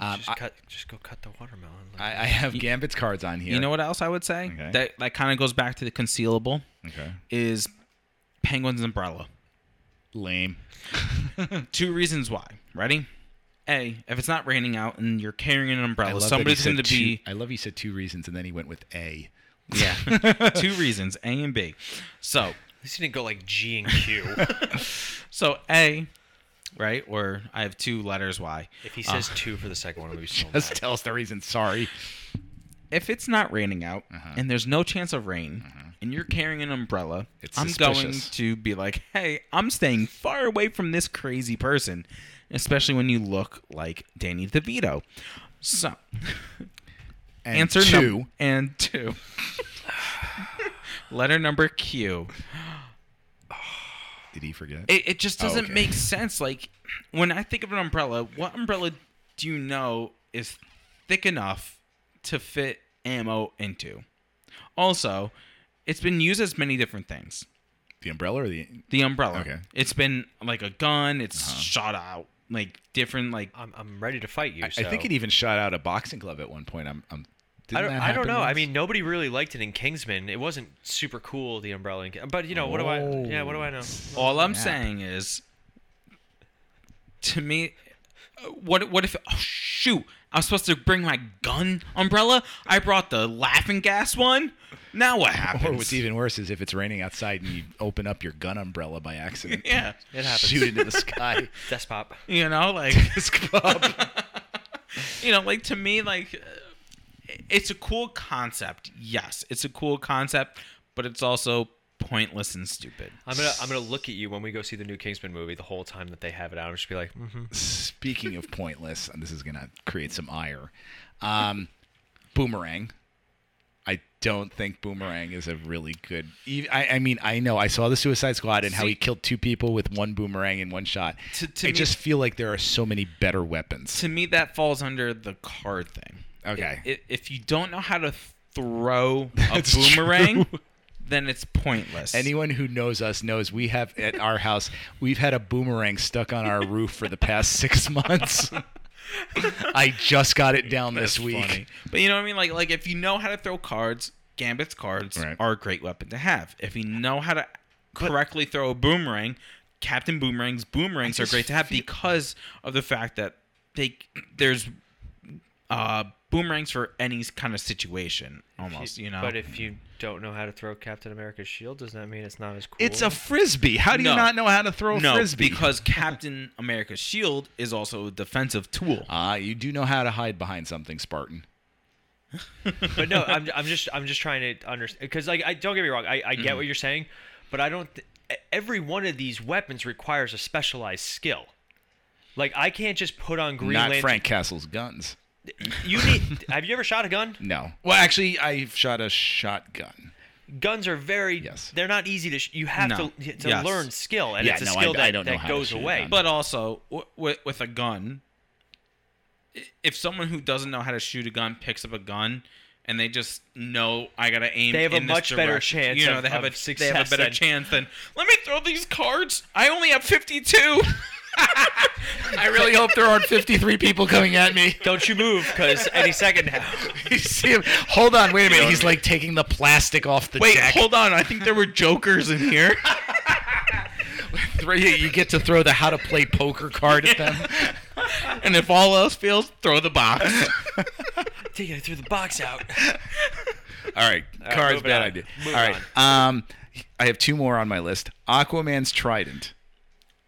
C: Um,
E: just
C: I,
E: cut. Just go cut the watermelon.
C: I I have Gambit's cards on here.
D: You know what else I would say?
C: Okay.
D: That that kind of goes back to the concealable
C: Okay.
D: is Penguin's umbrella.
C: Lame.
D: Two reasons why. Ready? A, if it's not raining out and you're carrying an umbrella,
C: that he
D: somebody's
C: said
D: going to
C: two-
D: be
C: I love he said two reasons, and then he went with A.
D: yeah. two reasons, A and B. So,
E: At least you didn't go like G and Q.
D: So A, right? Or I have two letters Y.
E: if he says two for the second one, it'll be so
C: Let's
E: mad.
C: tell us the reason. Sorry.
D: If it's not raining out
C: Uh-huh.
D: and there's no chance of rain and you're carrying an umbrella,
C: Mm-hmm. It's
D: I'm
C: suspicious.
D: going to be like, "Hey, I'm staying far away from this crazy person," especially when you look like Danny DeVito. So,
C: And
D: answer num-
C: two.
D: and two. Letter number Q.
C: Did he forget?
D: It, it just
C: Oh,
D: doesn't
C: okay.
D: make sense. Like when I think of an umbrella, what umbrella do you know is thick enough to fit ammo into? Also, it's been used as many different things.
C: the umbrella or the?
D: The umbrella.
C: Okay. Uh-huh.
D: It's been like a gun. It's shot out like different like.
E: I'm, I'm ready to fight you.
C: I, I think it even shot out a boxing glove at one point. I'm. I'm didn't
E: I don't,
C: that
E: I don't
C: happen
E: know. I
C: once?
E: mean, nobody really liked it in Kingsman. It wasn't super cool, the umbrella. In, Ki- but you know, what do I? Yeah, what do I know?
D: All I'm
C: Yeah.
D: saying is, to me, uh, what what if? Oh shoot! I'm supposed to bring my gun umbrella. I brought the laughing gas one. Now what
C: Or
D: happens?
C: what's even worse is if it's raining outside and you open up your gun umbrella by accident.
D: yeah,
E: It happens.
C: Shoot into the sky.
E: Desk pop.
D: you know, like
C: Scuff.
D: you know, like to me, like uh, it's a cool concept. Yes, it's a cool concept, but it's also pointless and stupid.
E: I'm gonna I'm gonna look at you when we go see the new Kingsman movie the whole time that they have it out. I'm just be like, mm-hmm.
C: Speaking of pointless, and this is going to create some ire. Um, boomerang. I don't think Boomerang is a really good. ev- I, I mean, I know I saw the Suicide Squad and how he killed two people with one boomerang in one shot.
D: To- to
C: I
D: me-
C: just feel like there are so many better weapons.
D: To me, that falls under the card thing.
C: Okay.
D: I- If you don't know how to throw a
C: That's
D: boomerang,
C: true.
D: then it's pointless.
C: Anyone who knows us knows we have at our house we've had a boomerang stuck on our roof for the past six months. I just got it down this week.
D: funny. But you know what I mean? Like like if you know how to throw cards, gambits cards
C: Right.
D: are a great weapon to have. If you know how to correctly throw a boomerang, Captain Boomerang's boomerangs are great to have because of the fact that they there's uh boomerangs for any kind of situation almost, you know.
E: But if you don't know how to throw Captain America's shield, does that mean it's not as cool?
C: It's a frisbee. How do you
D: No.
C: not know how to throw a
D: no,
C: frisbee?
D: because Captain America's shield is also a defensive tool.
C: ah, you do know how to hide behind something, Spartan.
E: but no, I'm, I'm just I'm just trying to understand because like I don't get me wrong, I, I
C: Mm-hmm.
E: get what you're saying, but I don't. Th- every one of these weapons requires a specialized skill. Like I can't just put on Green
C: Not
E: Lantern.
C: Frank Castle's guns.
E: You need. have you ever shot a gun?
C: No. Well, actually, I shot a shotgun.
E: Guns are very.
C: Yes.
E: They're not easy to. Sh- you have
D: No.
E: to to
D: Yes.
E: learn skill, and
C: Yeah,
E: it's a
C: no, I-
E: skill that,
C: I don't know
E: that
C: how to
E: goes
C: shoot a
E: away.
C: gun.
D: But also, w- with, with a gun, i- if someone who doesn't know how to shoot a gun picks up a gun and they just know I gotta aim,
E: They have a
D: in this
E: much better
D: direction,"
E: chance
D: You know,
E: of-
D: they have a
E: of
D: they have
E: success
D: a better
E: than-
D: chance than let me throw these cards. I only have fifty two.
C: I really hope there aren't 53 people coming at me.
E: don't you move, because any second now.
C: You see him? Hold on, wait a minute. He's like taking the plastic off the
D: Wait,
C: deck.
D: hold on. I think there were jokers in here.
C: Throw- you- you get to throw the how to play poker card at them.
D: and if all else fails, throw the box.
E: Taking it through the box out.
C: All right, cards,
E: moving
C: bad
E: on.
C: idea.
E: Moving
C: all right, um, I have two more on my list. Aquaman's trident,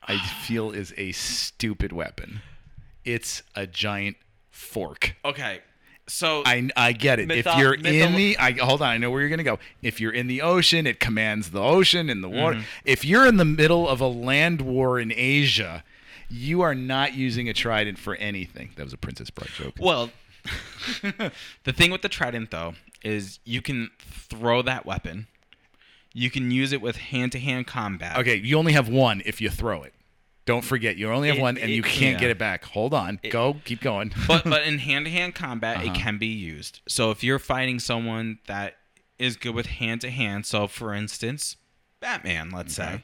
C: I feel is a stupid weapon. It's a giant fork.
D: okay, so
C: I, I get it. if
E: Mytho-
C: you're in
E: mytho-
C: the I hold on, I know where you're gonna go. If you're in the ocean, it commands the ocean and the water.
E: Mm-hmm.
C: If you're in the middle of a land war in Asia, you are not using a trident for anything. That was a Princess Bride joke.
D: Well, the thing with the trident though is you can throw that weapon. You can use it with hand-to-hand combat.
C: Okay, you only have one if you throw it. Don't forget, you only have
E: It-
C: one, and
E: it-
C: you can't
D: yeah.
C: get it back. Hold on, go, keep going.
D: But but in hand-to-hand combat, it can be used. So if you're fighting someone that is good with hand-to-hand, so for instance, Batman, let's say,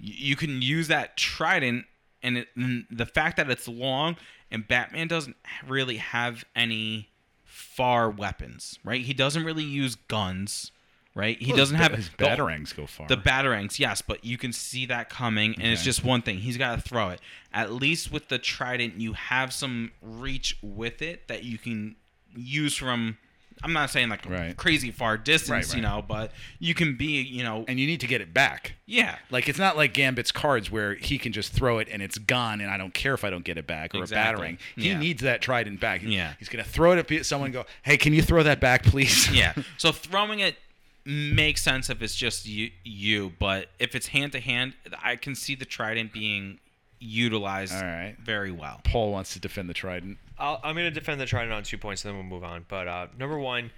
D: y- you can use that trident, and, it, and the fact that it's long and Batman doesn't really have any far weapons, right? He doesn't really use guns, right? He doesn't have
C: his
D: the-
C: batarangs go far.
D: The batarangs, yes, but you can see that coming, and it's
C: Okay.
D: just one thing. He's got to throw it. At least with the trident, you have some reach with it that you can use from. I'm not saying like
C: Right.
D: crazy far distance,
C: Right,
D: you
C: right.
D: know, but you can be, you know,
C: and you need to get it back.
D: yeah,
C: Like it's not like Gambit's cards where he can just throw it and it's gone, and I don't care if I don't get it back or
D: Exactly.
C: a batarang. He
D: Yeah.
C: needs that trident back.
D: Yeah.
C: he's gonna throw it at pe- someone. and Go, hey, can you throw that back, please?
D: yeah. So throwing it makes sense if it's just you, you. But if it's hand to hand, I can see the trident being utilized
C: All right.
D: very well.
C: Paul wants to defend the trident.
E: I'll, I'm going to defend the trident on two points, and then we'll move on. But uh, number one,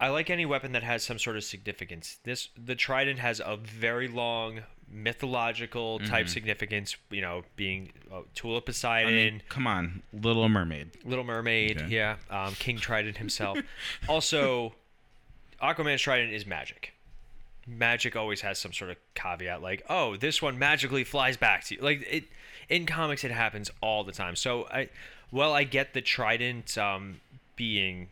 E: I like any weapon that has some sort of significance. This the trident has a very long mythological type significance. You know, being uh, Tool of Poseidon,
D: Come on, Little Mermaid.
E: Little Mermaid,
C: Okay.
E: yeah, um, King Trident himself. also, Aquaman's trident is magic. Magic always has some sort of caveat, like, oh, this one magically flies back to you. Like it in comics, it happens all the time. So I, well, I get the trident um, being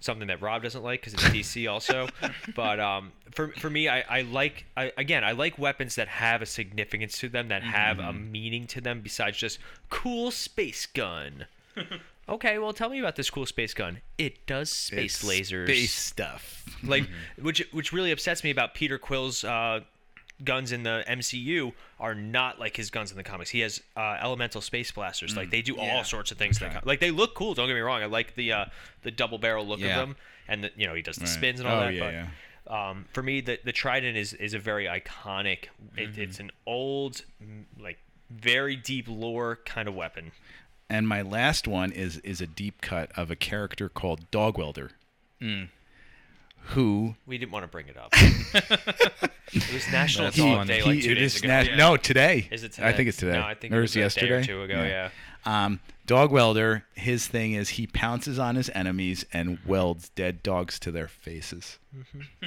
E: something that Rob doesn't like because it's DC also. but um, for for me, I, I like I, again I like weapons that have a significance to them, that have a meaning to them besides just cool space gun. okay, well, tell me about this cool space gun. It does space lasers.
C: Space stuff.
E: like
C: Mm-hmm.
E: which which really upsets me about Peter Quill's uh, guns in the MCU are not like his guns in the comics. He has uh, elemental space blasters.
C: Mm.
E: Like they do all sorts of things. in the com- like they look cool. Don't get me wrong. I like the uh, the double barrel look
D: Yeah.
E: of them, and the, you know he does the spins and
C: Oh,
E: all that.
C: yeah,
E: but
C: yeah.
E: um, for me, the the trident is is a very iconic. It,
C: Mm-hmm.
E: It's an old m- like very deep lore kind of weapon.
C: And my last one is is a deep cut of a character called Dog Welder,
E: Hmm.
C: who
E: We didn't want to bring it up. it was National
D: That's
E: Dog
D: funny.
E: Day like two
C: it
E: days
C: is
E: ago.
C: nat- No, today.
E: Is it
C: I
E: today?
C: think it's today.
E: No, I think it
C: Or
E: was
C: is it
E: a day or
C: yesterday.
E: two ago,
C: Um, Dog Welder. His thing is he pounces on his enemies and welds dead dogs to their faces.
D: Mm-hmm.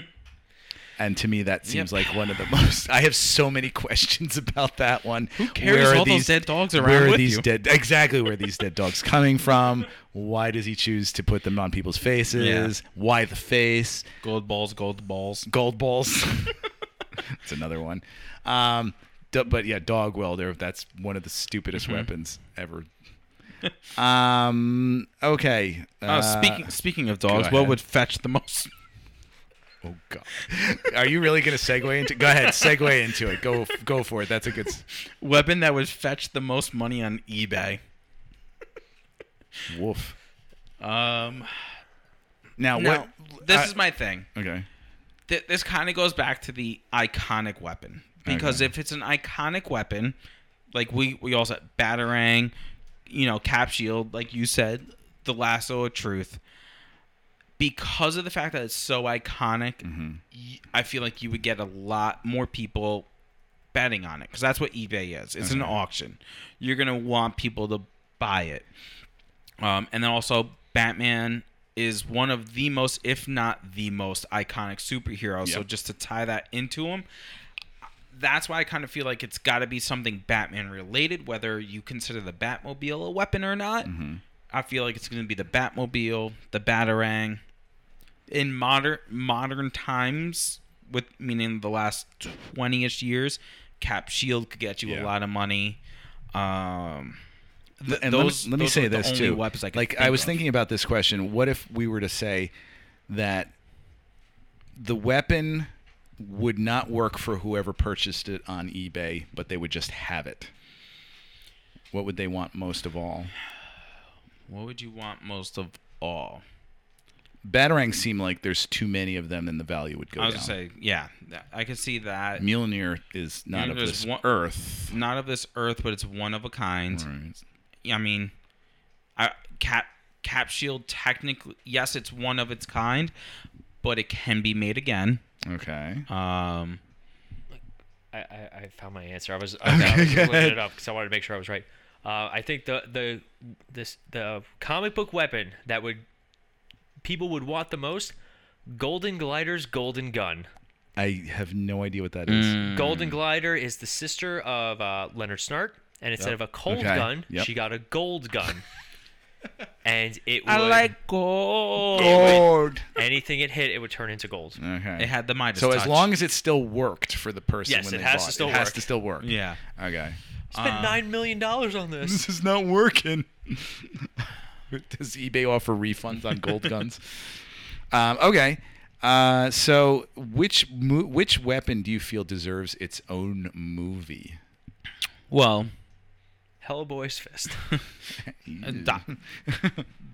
C: And to me, that seems like one of the most. I have so many questions about that one. Who
D: carries all those dead dogs
C: Where
D: around
C: are
D: with
C: these
D: you?
C: dead? Exactly where are these dead dogs coming from? Why does he choose to put them on people's faces? Why the face?
D: Gold balls, gold balls.
C: Gold balls. It's another one. Um, d- but yeah, dog welder. That's one of the stupidest
D: Mm-hmm.
C: weapons ever. um. Okay.
D: Uh, speaking speaking of dogs,
C: ahead.
D: what would fetch the most?
C: Oh God. Are you really gonna segue into? Go ahead. Segue into it. Go. Go for it. That's a good. s-
D: Weapon that would fetch the most money on eBay.
C: Woof.
D: Um,
C: Now
D: now,
C: what?
D: this
C: I-
D: is my thing.
C: Okay.
D: Th- this kind of goes back to the iconic weapon because if it's an iconic weapon, like we we all said, batarang, you know, cap shield, like you said, the lasso of truth. Because of the fact that it's so iconic, y- I feel like you would get a lot more people betting on it because that's what eBay is. It's an auction. You're gonna want people to buy it. Um, and then also, Batman is one of the most, if not the most, iconic superheroes. So
C: Yep.
D: just to tie that into him, that's why I kind of feel like it's got to be something Batman related, whether you consider the Batmobile a weapon or not. I feel like it's going to be the Batmobile, the Batarang. In modern modern times, with meaning the last twenty-ish years, Cap Shield could get you
C: Yeah.
D: a lot of money. Um, th-
C: and
D: those-
C: let me, let me
D: those
C: say
D: were the
C: this
D: only
C: too.
D: weapons I could
C: like I
D: think
C: was
D: of.
C: thinking about this question: What if we were to say that the weapon would not work for whoever purchased it on eBay, but they would just have it? What would they want most of all?
D: What would you want most of all?
C: Batarangs seem like there's too many of them, and the value would go
D: I was
C: down.
D: gonna say, yeah, th- I could see that.
C: Mjolnir is not of
D: Mjolnir is
C: this
D: one-
C: earth.
D: Not of this earth, but it's one of a kind. I mean, I, cap cap shield technically, yes, it's one of its kind, but it can be made again.
C: Okay.
D: Um,
E: I, I, I found my answer. I was, I was, I was looking it up because I wanted to make sure I was right. Uh, I think the the this the comic book weapon that would people would want the most, Golden Glider's Golden Gun.
C: I have no idea what that
D: mm.
C: is.
E: Golden Glider is the sister of uh, Leonard Snart, and instead of a cold
C: Okay.
E: gun,
C: Yep.
E: she got a gold gun. and it would,
D: I like gold.
C: Gold.
E: anything it hit, it would turn into gold.
C: Okay.
D: It had the Midas.
C: So as
D: touch.
C: long as it still worked for the person
E: Yes,
C: when
E: it
C: they
E: has
C: bought,
E: to still
C: it has
E: work.
C: to still work.
D: yeah, Um,
C: Okay.
E: Spent nine million dollars on this.
C: is not working. Does eBay offer refunds on gold guns? um, okay. Uh, so which mo- which weapon do you feel deserves its own movie?
D: well,
E: Hellboy's fist.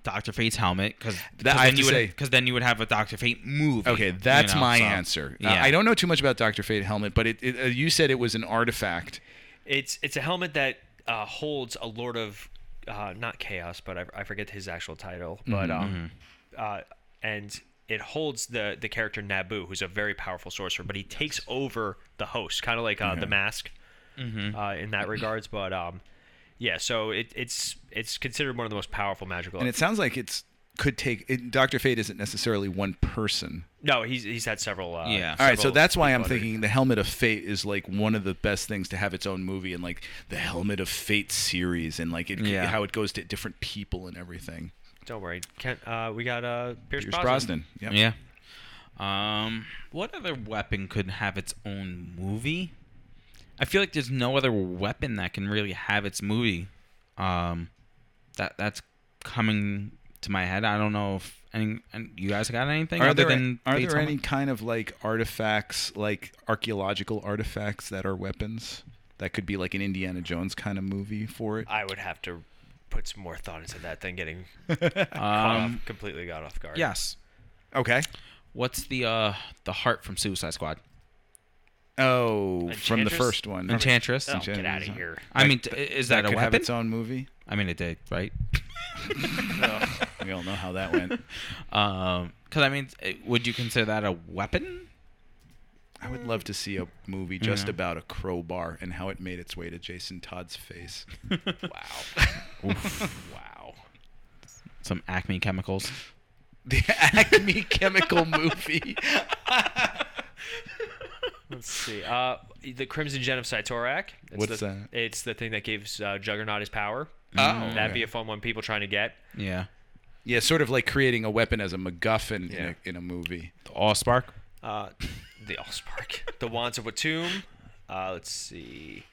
D: Doctor Fate's helmet because
C: That- I have to
D: you
C: say-
D: would because then you would have a Doctor Fate movie.
C: Okay,
D: you
C: that's
D: know,
C: my
D: so,
C: answer. Uh,
D: yeah.
C: I don't know too much about Doctor Fate helmet, but it, it uh, you said it was an artifact.
E: It's it's a helmet that uh, holds a lord of uh, not chaos, but I, I forget his actual title.
C: Mm-hmm.
E: But um, uh, and it holds the the character Naboo, who's a very powerful sorcerer, but he takes over the host, kind of like uh, the mask uh, in that regards. But um, yeah, so it, it's it's considered one of the most powerful magical.
C: And it sounds like it's could take it, Doctor Fate isn't necessarily one person.
E: no, he's he's had several. Uh,
D: Yeah.
C: All right, so
E: several
C: that's why
E: people
C: I'm
E: under-
C: thinking the Helmet of Fate is like one of the best things to have its own movie and like the Helmet of Fate series and like it,
D: Yeah.
C: how it goes to different people and everything.
E: Don't worry, Kent. Uh, we got uh, Pierce,
C: Pierce
E: Brosnan.
C: Brosnan. Yep.
D: Yeah. Um, what other weapon could have its own movie? I feel like there's no other weapon that can really have its movie. Um, that that's coming to my head. I don't know if any, and you guys got anything
C: Are
D: other
C: there,
D: than
C: are there
D: Daytona?
C: any kind of like artifacts, like archaeological artifacts that are weapons? That could be like an Indiana Jones kind of movie for it.
E: I would have to put some more thought into that than getting caught
D: Um,
E: off, completely got off guard.
D: yes.
C: Uh, Okay.
D: What's the uh the heart from Suicide Squad?
C: Oh, from the
E: Enchantress?
C: first one.
D: Enchantress.
E: Oh, get out
C: Enchanted.
E: of here.
D: I mean, t- is that,
C: That
D: a
C: could have
D: weapon?
C: its own movie.
D: I mean, it did, right?
C: We all know how that went.
D: Um, because I mean, it- would you consider that a weapon?
C: I would love to see a movie just about a crowbar and how it made its way to Jason Todd's face.
D: Wow. Some Acme chemicals.
C: The Acme Chemical movie.
E: Let's see. Uh, the Crimson Genocide Torak. It's
C: What's
E: the,
C: that?
E: It's the thing that gives uh, Juggernaut his power.
C: Oh,
E: That'd be a fun one people trying to get.
D: Yeah.
C: Yeah, sort of like creating a weapon as a MacGuffin
E: Yeah.
C: in, a, in a movie.
D: The Allspark.
E: Uh, the Allspark. the Wands of Watum. Uh, let's see.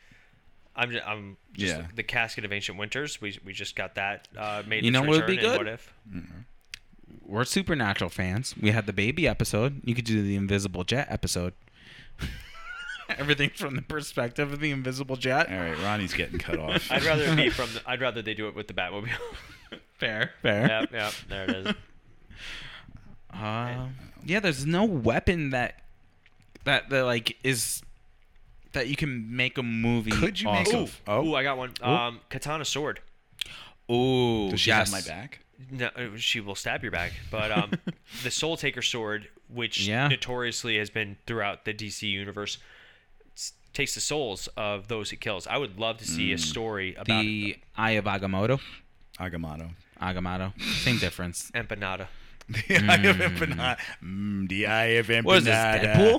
E: I'm just, I'm just
C: Yeah.
E: the Casket of Ancient Winters. We, we just got that uh, made.
D: You
E: its
D: know what would be
E: return in
D: good?
E: What if?
D: We're supernatural fans. We had the baby episode. You could do the invisible jet episode. Everything from the perspective of the invisible jet.
C: All right, Ronnie's getting cut off.
E: I'd rather it be from. The, I'd rather they do it with the Batmobile.
D: Fair, fair.
E: yep, yep. There it is.
D: Um, yeah, there's no weapon that that that like is that you can make a movie.
C: Could you make
D: off
C: a-
D: of.
C: Oh.
E: Ooh, I got one. Um, katana sword.
D: Ooh,
C: Does she
D: yes.
C: have my back?
E: No, uh, she will stab your back. But um, the Soul Taker sword, which
D: Yeah.
E: notoriously has been throughout the DC universe, s- takes the souls of those it kills. I would love to see
C: Mm.
E: a story about it.
D: The Eye of Agamotto.
C: Agamotto.
D: Agamotto. Same difference.
E: empanada.
C: The eye of empanada. Mm, the eye of empanada.
D: What is this,
C: uh,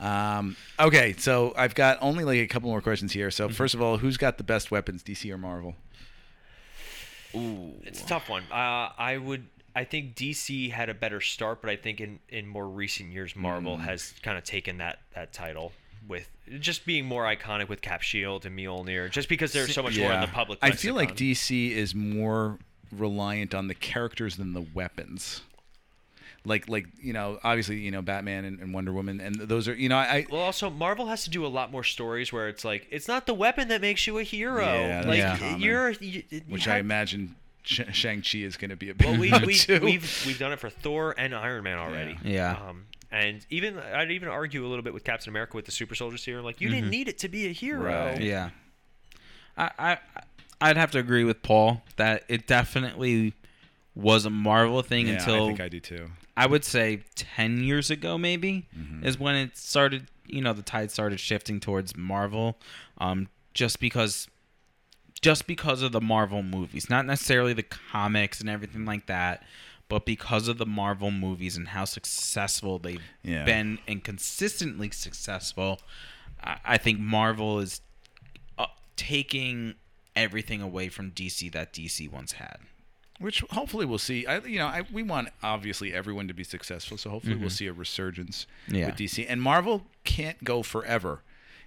D: Deadpool?
C: Um, okay, so I've got only like a couple more questions here. So first of all, who's got the best weapons, DC or Marvel?
E: It's a tough one. Uh, I would. I think DC had a better start, but I think in, in more recent years, Marvel
C: Mm.
E: has kind of taken that that title with just being more iconic with Cap Shield and Mjolnir, just because there's so much more in the public.
C: I feel like
E: lexicon.
C: DC is more reliant on the characters than the weapons. Like, like you know, obviously, you know, Batman and, and Wonder Woman, and those are, you know, I,
E: Well, also Marvel has to do a lot more stories where it's like it's not the weapon that makes you a hero.
C: Yeah, that's
E: like
D: Yeah.
C: common.
E: you're, you, you
C: which I
E: have-
C: imagine Sh- Shang Chi is going to be a big
E: Well, we,
C: one
E: we
C: too.
E: we've we've done it for Thor and Iron Man already.
D: Yeah.
C: uh,
D: Yeah.
E: Um, and even I'd even argue a little bit with Captain America with the Super Soldier Serum. Like you didn't need it to be a hero.
C: Mm-hmm. Right.
D: Yeah. I, I I'd have to agree with Paul that it definitely was a Marvel thing
C: yeah, I
D: until
C: think I do too.
D: I would say 10 years ago, maybe, is when it started, you know, the tide started shifting towards Marvel. Um, just because. Just because of the Marvel movies, not necessarily the comics and everything like that, but because of the Marvel movies and how successful they've
C: Yeah.
D: been and consistently successful, I, I think Marvel is uh, taking everything away from DC that DC once had.
C: Which hopefully we'll see. I, you know, I, we want obviously everyone to be successful, so hopefully
E: Mm-hmm.
C: we'll see a resurgence
D: Yeah.
C: with DC and Marvel can't go forever.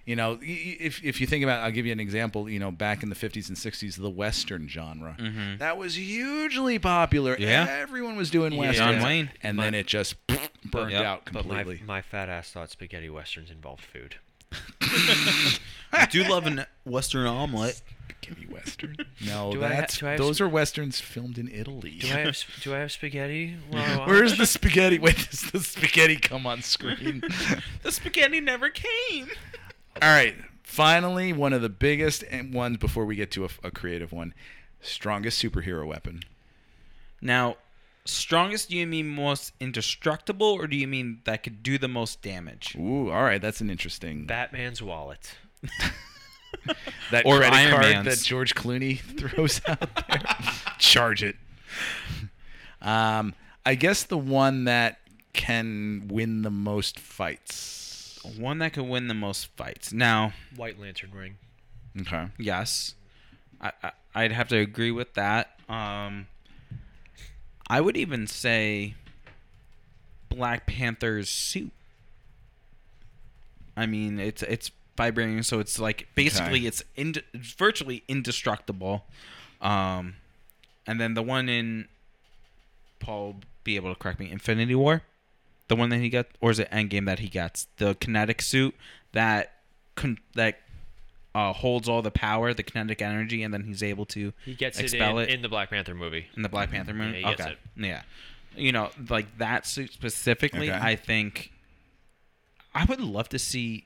C: You know, y- y- if if you think about, I'll give you an example. You know, back in the fifties and sixties, the western genre
E: Mm-hmm.
C: that was hugely popular.
D: Yeah.
C: everyone was doing western.
D: John Wayne.
C: and then it just burned
D: Yep.
C: out
E: But my,
C: completely.
E: my fat ass thought spaghetti westerns involved food.
D: I do love a Western omelet.
C: Give me western. No,
E: Do I ha-
C: that's
E: do I have
C: those
E: some-
C: are westerns filmed in Italy.
E: Do I have sp- do I have spaghetti? Well, uh, I-
C: Where's the spaghetti? When does the spaghetti come on screen?
D: The spaghetti never came.
C: All right. Finally, one of the biggest and ones before we get to a, a creative one. Strongest superhero weapon.
D: Now, strongest, do you mean most indestructible, or do you mean that could do the most damage?
C: Ooh, all right, that's an interesting.
E: Batman's wallet.
C: that
D: or
C: credit
D: Iron
C: card
D: Man's.
C: that George Clooney throws out there. Charge it. Um, I guess the one that can win the most fights.
D: One that could win the most fights. Now,
E: White Lantern ring.
C: Okay.
D: yes, I, I, I'd have to agree with that. Um, I would even say Black Panther's suit. I mean, it's it's vibrating, so it's like basically
C: Okay.
D: it's ind- virtually indestructible. Um, and then the one in Paul will be able to correct me. Infinity War, the one that he got, or is it Endgame that he gets the kinetic suit that con- that uh, holds all the power, the kinetic energy, and then he's able to
E: He gets
D: expel
E: it in, in the Black Panther movie.
D: in the Black Panther movie.
E: Yeah, he gets
D: okay.
E: it.
D: Yeah. You know, like that suit specifically,
C: Okay.
D: I think I would love to see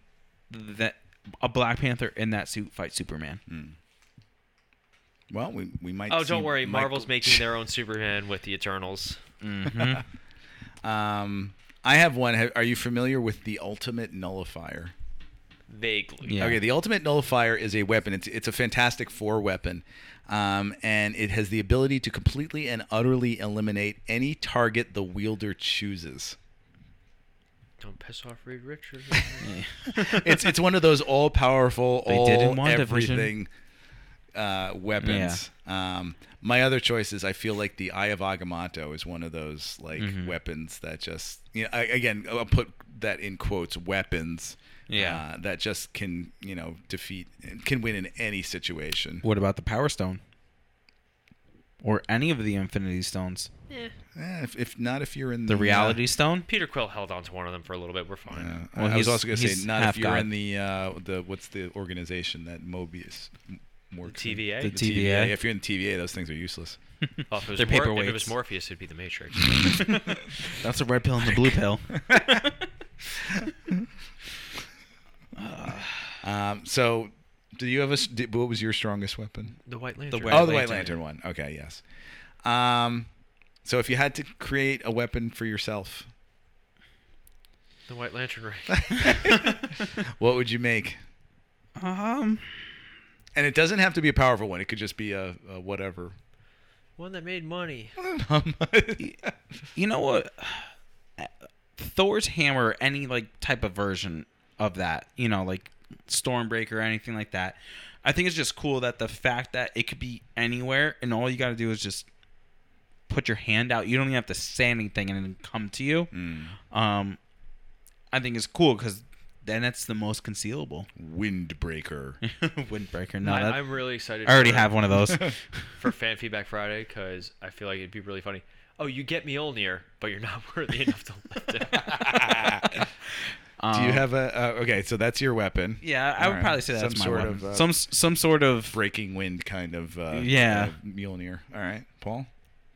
D: that a Black Panther in that suit fight Superman.
C: Mm-hmm. Well, we, we might.
E: Oh,
C: see
E: don't worry.
C: Michael-
E: Marvel's making their own Superman with the Eternals.
C: Um, I have one. Ha- Are you familiar with the Ultimate Nullifier?
E: Vaguely.
D: Yeah.
C: Okay, the Ultimate Nullifier is a weapon. It's it's a Fantastic Four weapon, um, and it has the ability to completely and utterly eliminate any target the wielder chooses.
E: Don't piss off Reed Richards.
C: It's it's one of those all powerful,
D: They
C: all
D: did in WandaVision.
C: everything uh, weapons. Um, my other choice is I feel like the Eye of Agamotto is one of those like
D: Mm-hmm.
C: weapons that just you know I, again I'll put that in quotes weapons.
D: Yeah.
C: uh, that just can you know defeat can win in any situation.
D: What about the Power Stone? Or any of the Infinity Stones?
C: Eh, if, if not, if you're in the,
D: The Reality Stone?
E: Peter Quill held on to one of them for a little bit. We're fine.
C: Uh,
D: Well,
C: I was
D: he's-
C: also going to
D: he's
C: say not if
D: half
C: you're
D: god.
C: in the uh, the what's the organization that Mobius m- works in?
E: TVA.
D: The
C: The
D: TVA.
C: TVA. If you're in TVA, those things are useless.
E: Well, Oh, if it was
D: They're
E: Mor- if it was
D: paperweights.
E: Morpheus, it'd be the Matrix.
D: That's a red pill and the blue pill.
C: Um, so, do you have a? s- Did, what was your strongest weapon?
E: the White Lantern.
D: White-
C: oh, the White
D: Lantern.
C: Lantern one. Okay, yes. Um, so if you had to create a weapon for yourself,
E: the White Lantern ring.
C: what would you make?
D: um,
C: And it doesn't have to be a powerful one. It could just be a, a whatever.
E: one that made money.
D: you know what? Thor's hammer, any like type of version of that, you know, like Stormbreaker, anything like that. I think it's just cool that the fact that it could be anywhere, and all you got to do is just put your hand out. You don't even have to say anything, and it'll come to you. Um, I think it's cool because then it's the most concealable.
C: Windbreaker.
D: Windbreaker, no,
E: I,
D: that,
E: I'm really excited.
D: I already
E: for,
D: have one of those.
E: for Fan Feedback Friday because I feel like it'd be really funny. Oh, you get me Olnir, but you're not worthy enough to lift it.
C: do you have a? Uh, okay, so that's your weapon.
D: Um, yeah, I would
C: Alright.
D: probably say that's
C: Some
D: my
C: sort
D: weapon.
C: of, uh,
D: some s- some sort of
C: breaking wind kind of uh,
D: Yeah.
C: uh, Mjolnir. All right, Paul.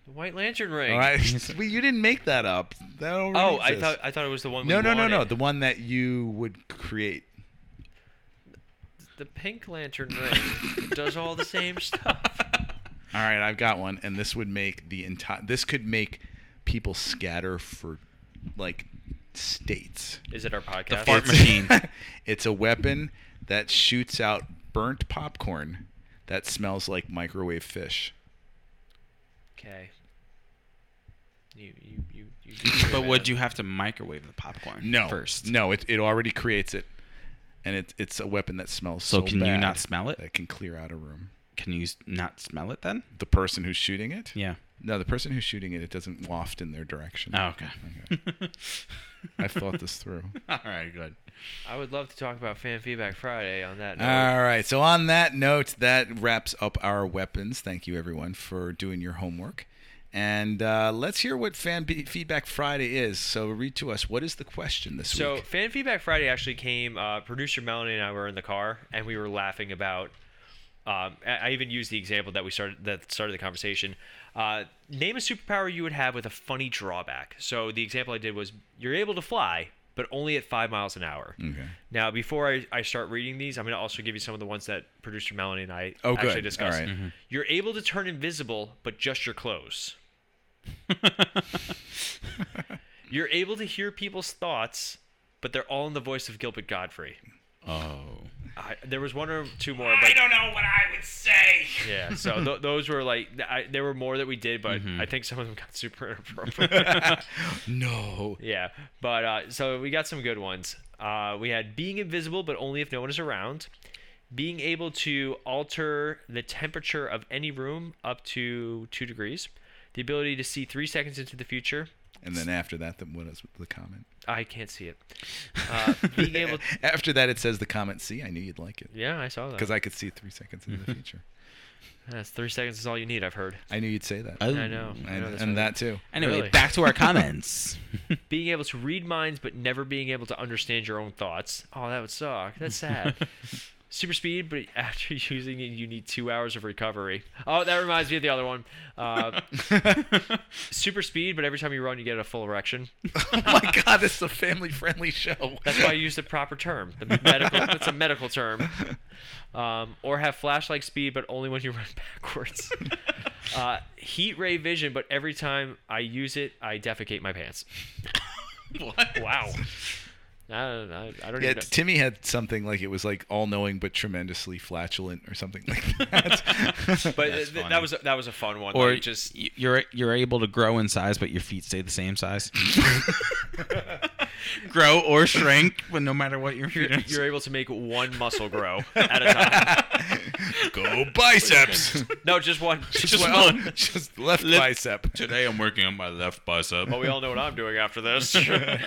E: The White Lantern ring.
C: All right, well, you didn't make that up. That already
E: Oh, I
C: exists.
E: thought I thought it was the one.
C: No,
E: we
C: no, no, no.
E: wanted.
C: The one that you would create.
E: The Pink Lantern ring does all the same stuff.
C: All right, I've got one, and this would make the entire. This could make people scatter for, like, states.
E: Is it our podcast?
D: fart machine.
C: it's a weapon that shoots out burnt popcorn that smells like microwave fish.
E: okay. You you you. you do
D: But
E: it.
D: would you have to microwave the popcorn?
C: No,
D: first.
C: no, it, it already creates it, and it's it's a weapon that smells so,
D: So can you
C: bad
D: not smell it?
C: That can clear out a room.
D: Can you s- not smell it then?
C: The person who's shooting it.
D: Yeah.
C: No, the person who's shooting it, it doesn't waft in their direction.
D: Oh, okay.
C: I thought this through.
D: All right. Good.
E: I would love to talk about Fan Feedback Friday on that. Note.
D: Ah,
C: All right. So on that note, that wraps up our weapons. Thank you everyone for doing your homework. And uh, let's hear what Fan Be- Feedback Friday is. So read to us. What is the question this
E: So
C: week?
E: fan feedback Friday actually came. Uh, producer Melanie and I were in the car, and we were laughing about. Um, I I even used the example that we started that started the conversation. Uh, name a superpower you would have with a funny drawback. So the example I did was you're able to fly, but only at five miles an hour.
C: Okay.
E: Now, before I, I start reading these, I'm going to also give you some of the ones that producer Melanie and I
C: Oh,
E: actually
C: good.
E: discussed.
C: All right.
E: You're able to turn invisible, but just your clothes. You're able to hear people's thoughts, but they're all in the voice of Gilbert Godfrey.
D: Oh.
E: I, there was one or two more. But, I don't know what I would say. Yeah, so th- those were like, I, there were more that we did, but I think some of them got super inappropriate.
C: No.
E: Yeah, but uh, so we got some good ones. Uh, we had being invisible, but only if no one is around. Being able to alter the temperature of any room up to two degrees. The ability to see three seconds into the future.
C: And then after that, the, what is the comment?
E: I can't see it. Uh, being able,
C: After that, it says the comment. See, I knew you'd like it
E: yeah, I saw that.
C: because I could see three seconds into the future.
E: That's three seconds is all you need. I've heard.
C: I knew you'd say that.
E: Oh, I know.
C: Hmm,
E: I
C: and
E: know that's
C: and
E: right.
C: that too.
D: Oh. Anyway,
E: Really?
D: back to our comments.
E: being able to read minds but never being able to understand your own thoughts. Oh, that would suck. That's sad. Super speed, but after using it, you need two hours of recovery. Oh, that reminds me of the other one. Uh, super speed, but every time you run, you get a full erection.
C: oh my God, this is a family-friendly show.
E: That's why I use the proper term. The medical. That's a medical term. Um, or have flashlight speed, but only when you run backwards. Uh, heat ray vision, but every time I use it, I defecate my pants. Wow. I don't, I, I don't
C: Yeah,
E: even know.
C: Timmy had something like it was like all-knowing but tremendously flatulent or something like that.
F: But uh,
D: That's
F: th- th-
D: funny.
F: that was a, that was a fun one.
D: or
F: like,
D: just
F: just
D: you're you're able to grow in size, but your feet stay the same size. grow or shrink, but no matter what your feet. are-
E: you're able to make one muscle grow at a time.
C: Go biceps.
E: No, just one.
C: just, well, just left bicep.
D: Today I'm working on my left bicep.
E: But we all know what I'm doing after this. but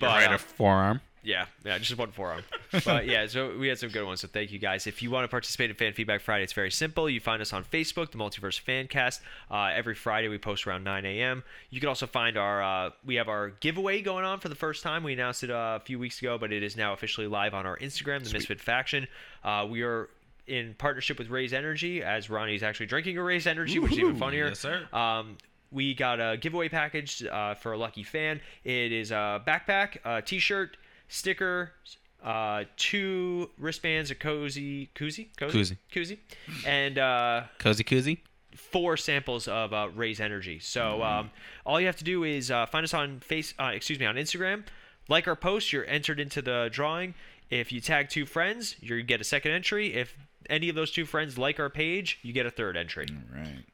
D: right
E: uh,
D: a forearm.
E: yeah, yeah, just one forearm. But yeah, so we had some good ones. So thank you guys. If you want to participate in Fan Feedback Friday, it's very simple. You find us on Facebook, the Multiverse Fancast. Uh, every Friday we post around 9 a.m. You can also find our uh, we have our giveaway going on for the first time. We announced it uh, a few weeks ago, but it is now officially live on our Instagram, the Misfit Faction. Uh, we are in partnership with Raise Energy, as Ronnie's actually drinking a Raise Energy, which is even funnier.
D: Yes, sir.
E: Um, we got a giveaway package uh, for a lucky fan. It is a backpack, a t-shirt, sticker, uh, two wristbands, a cozy, koozie, cozy, koozie, and uh,
D: Cozy koozie.
E: four samples of uh, Raise Energy. So um, all you have to do is uh, find us on face, uh, excuse me, on Instagram. Like our post, you're entered into the drawing. If you tag two friends, you get a second entry. If any of those two friends like our page, you get a third entry.
C: Right.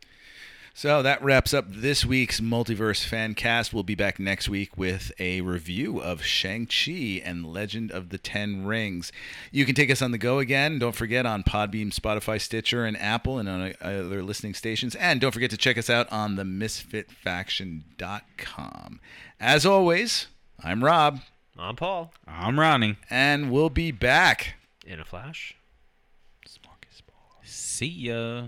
C: So that wraps up this week's Multiverse Fancast. We'll be back next week with a review of Shang-Chi and Legend of the Ten Rings. You can take us on the go again. Don't forget on Podbeam, Spotify, Stitcher, and Apple, and on uh, other listening stations. And don't forget to check us out on the misfitfaction.com. As always, I'm Rob,
E: I'm Paul.
D: I'm Ronnie.
C: and we'll be back.
E: In a flash.
D: See ya.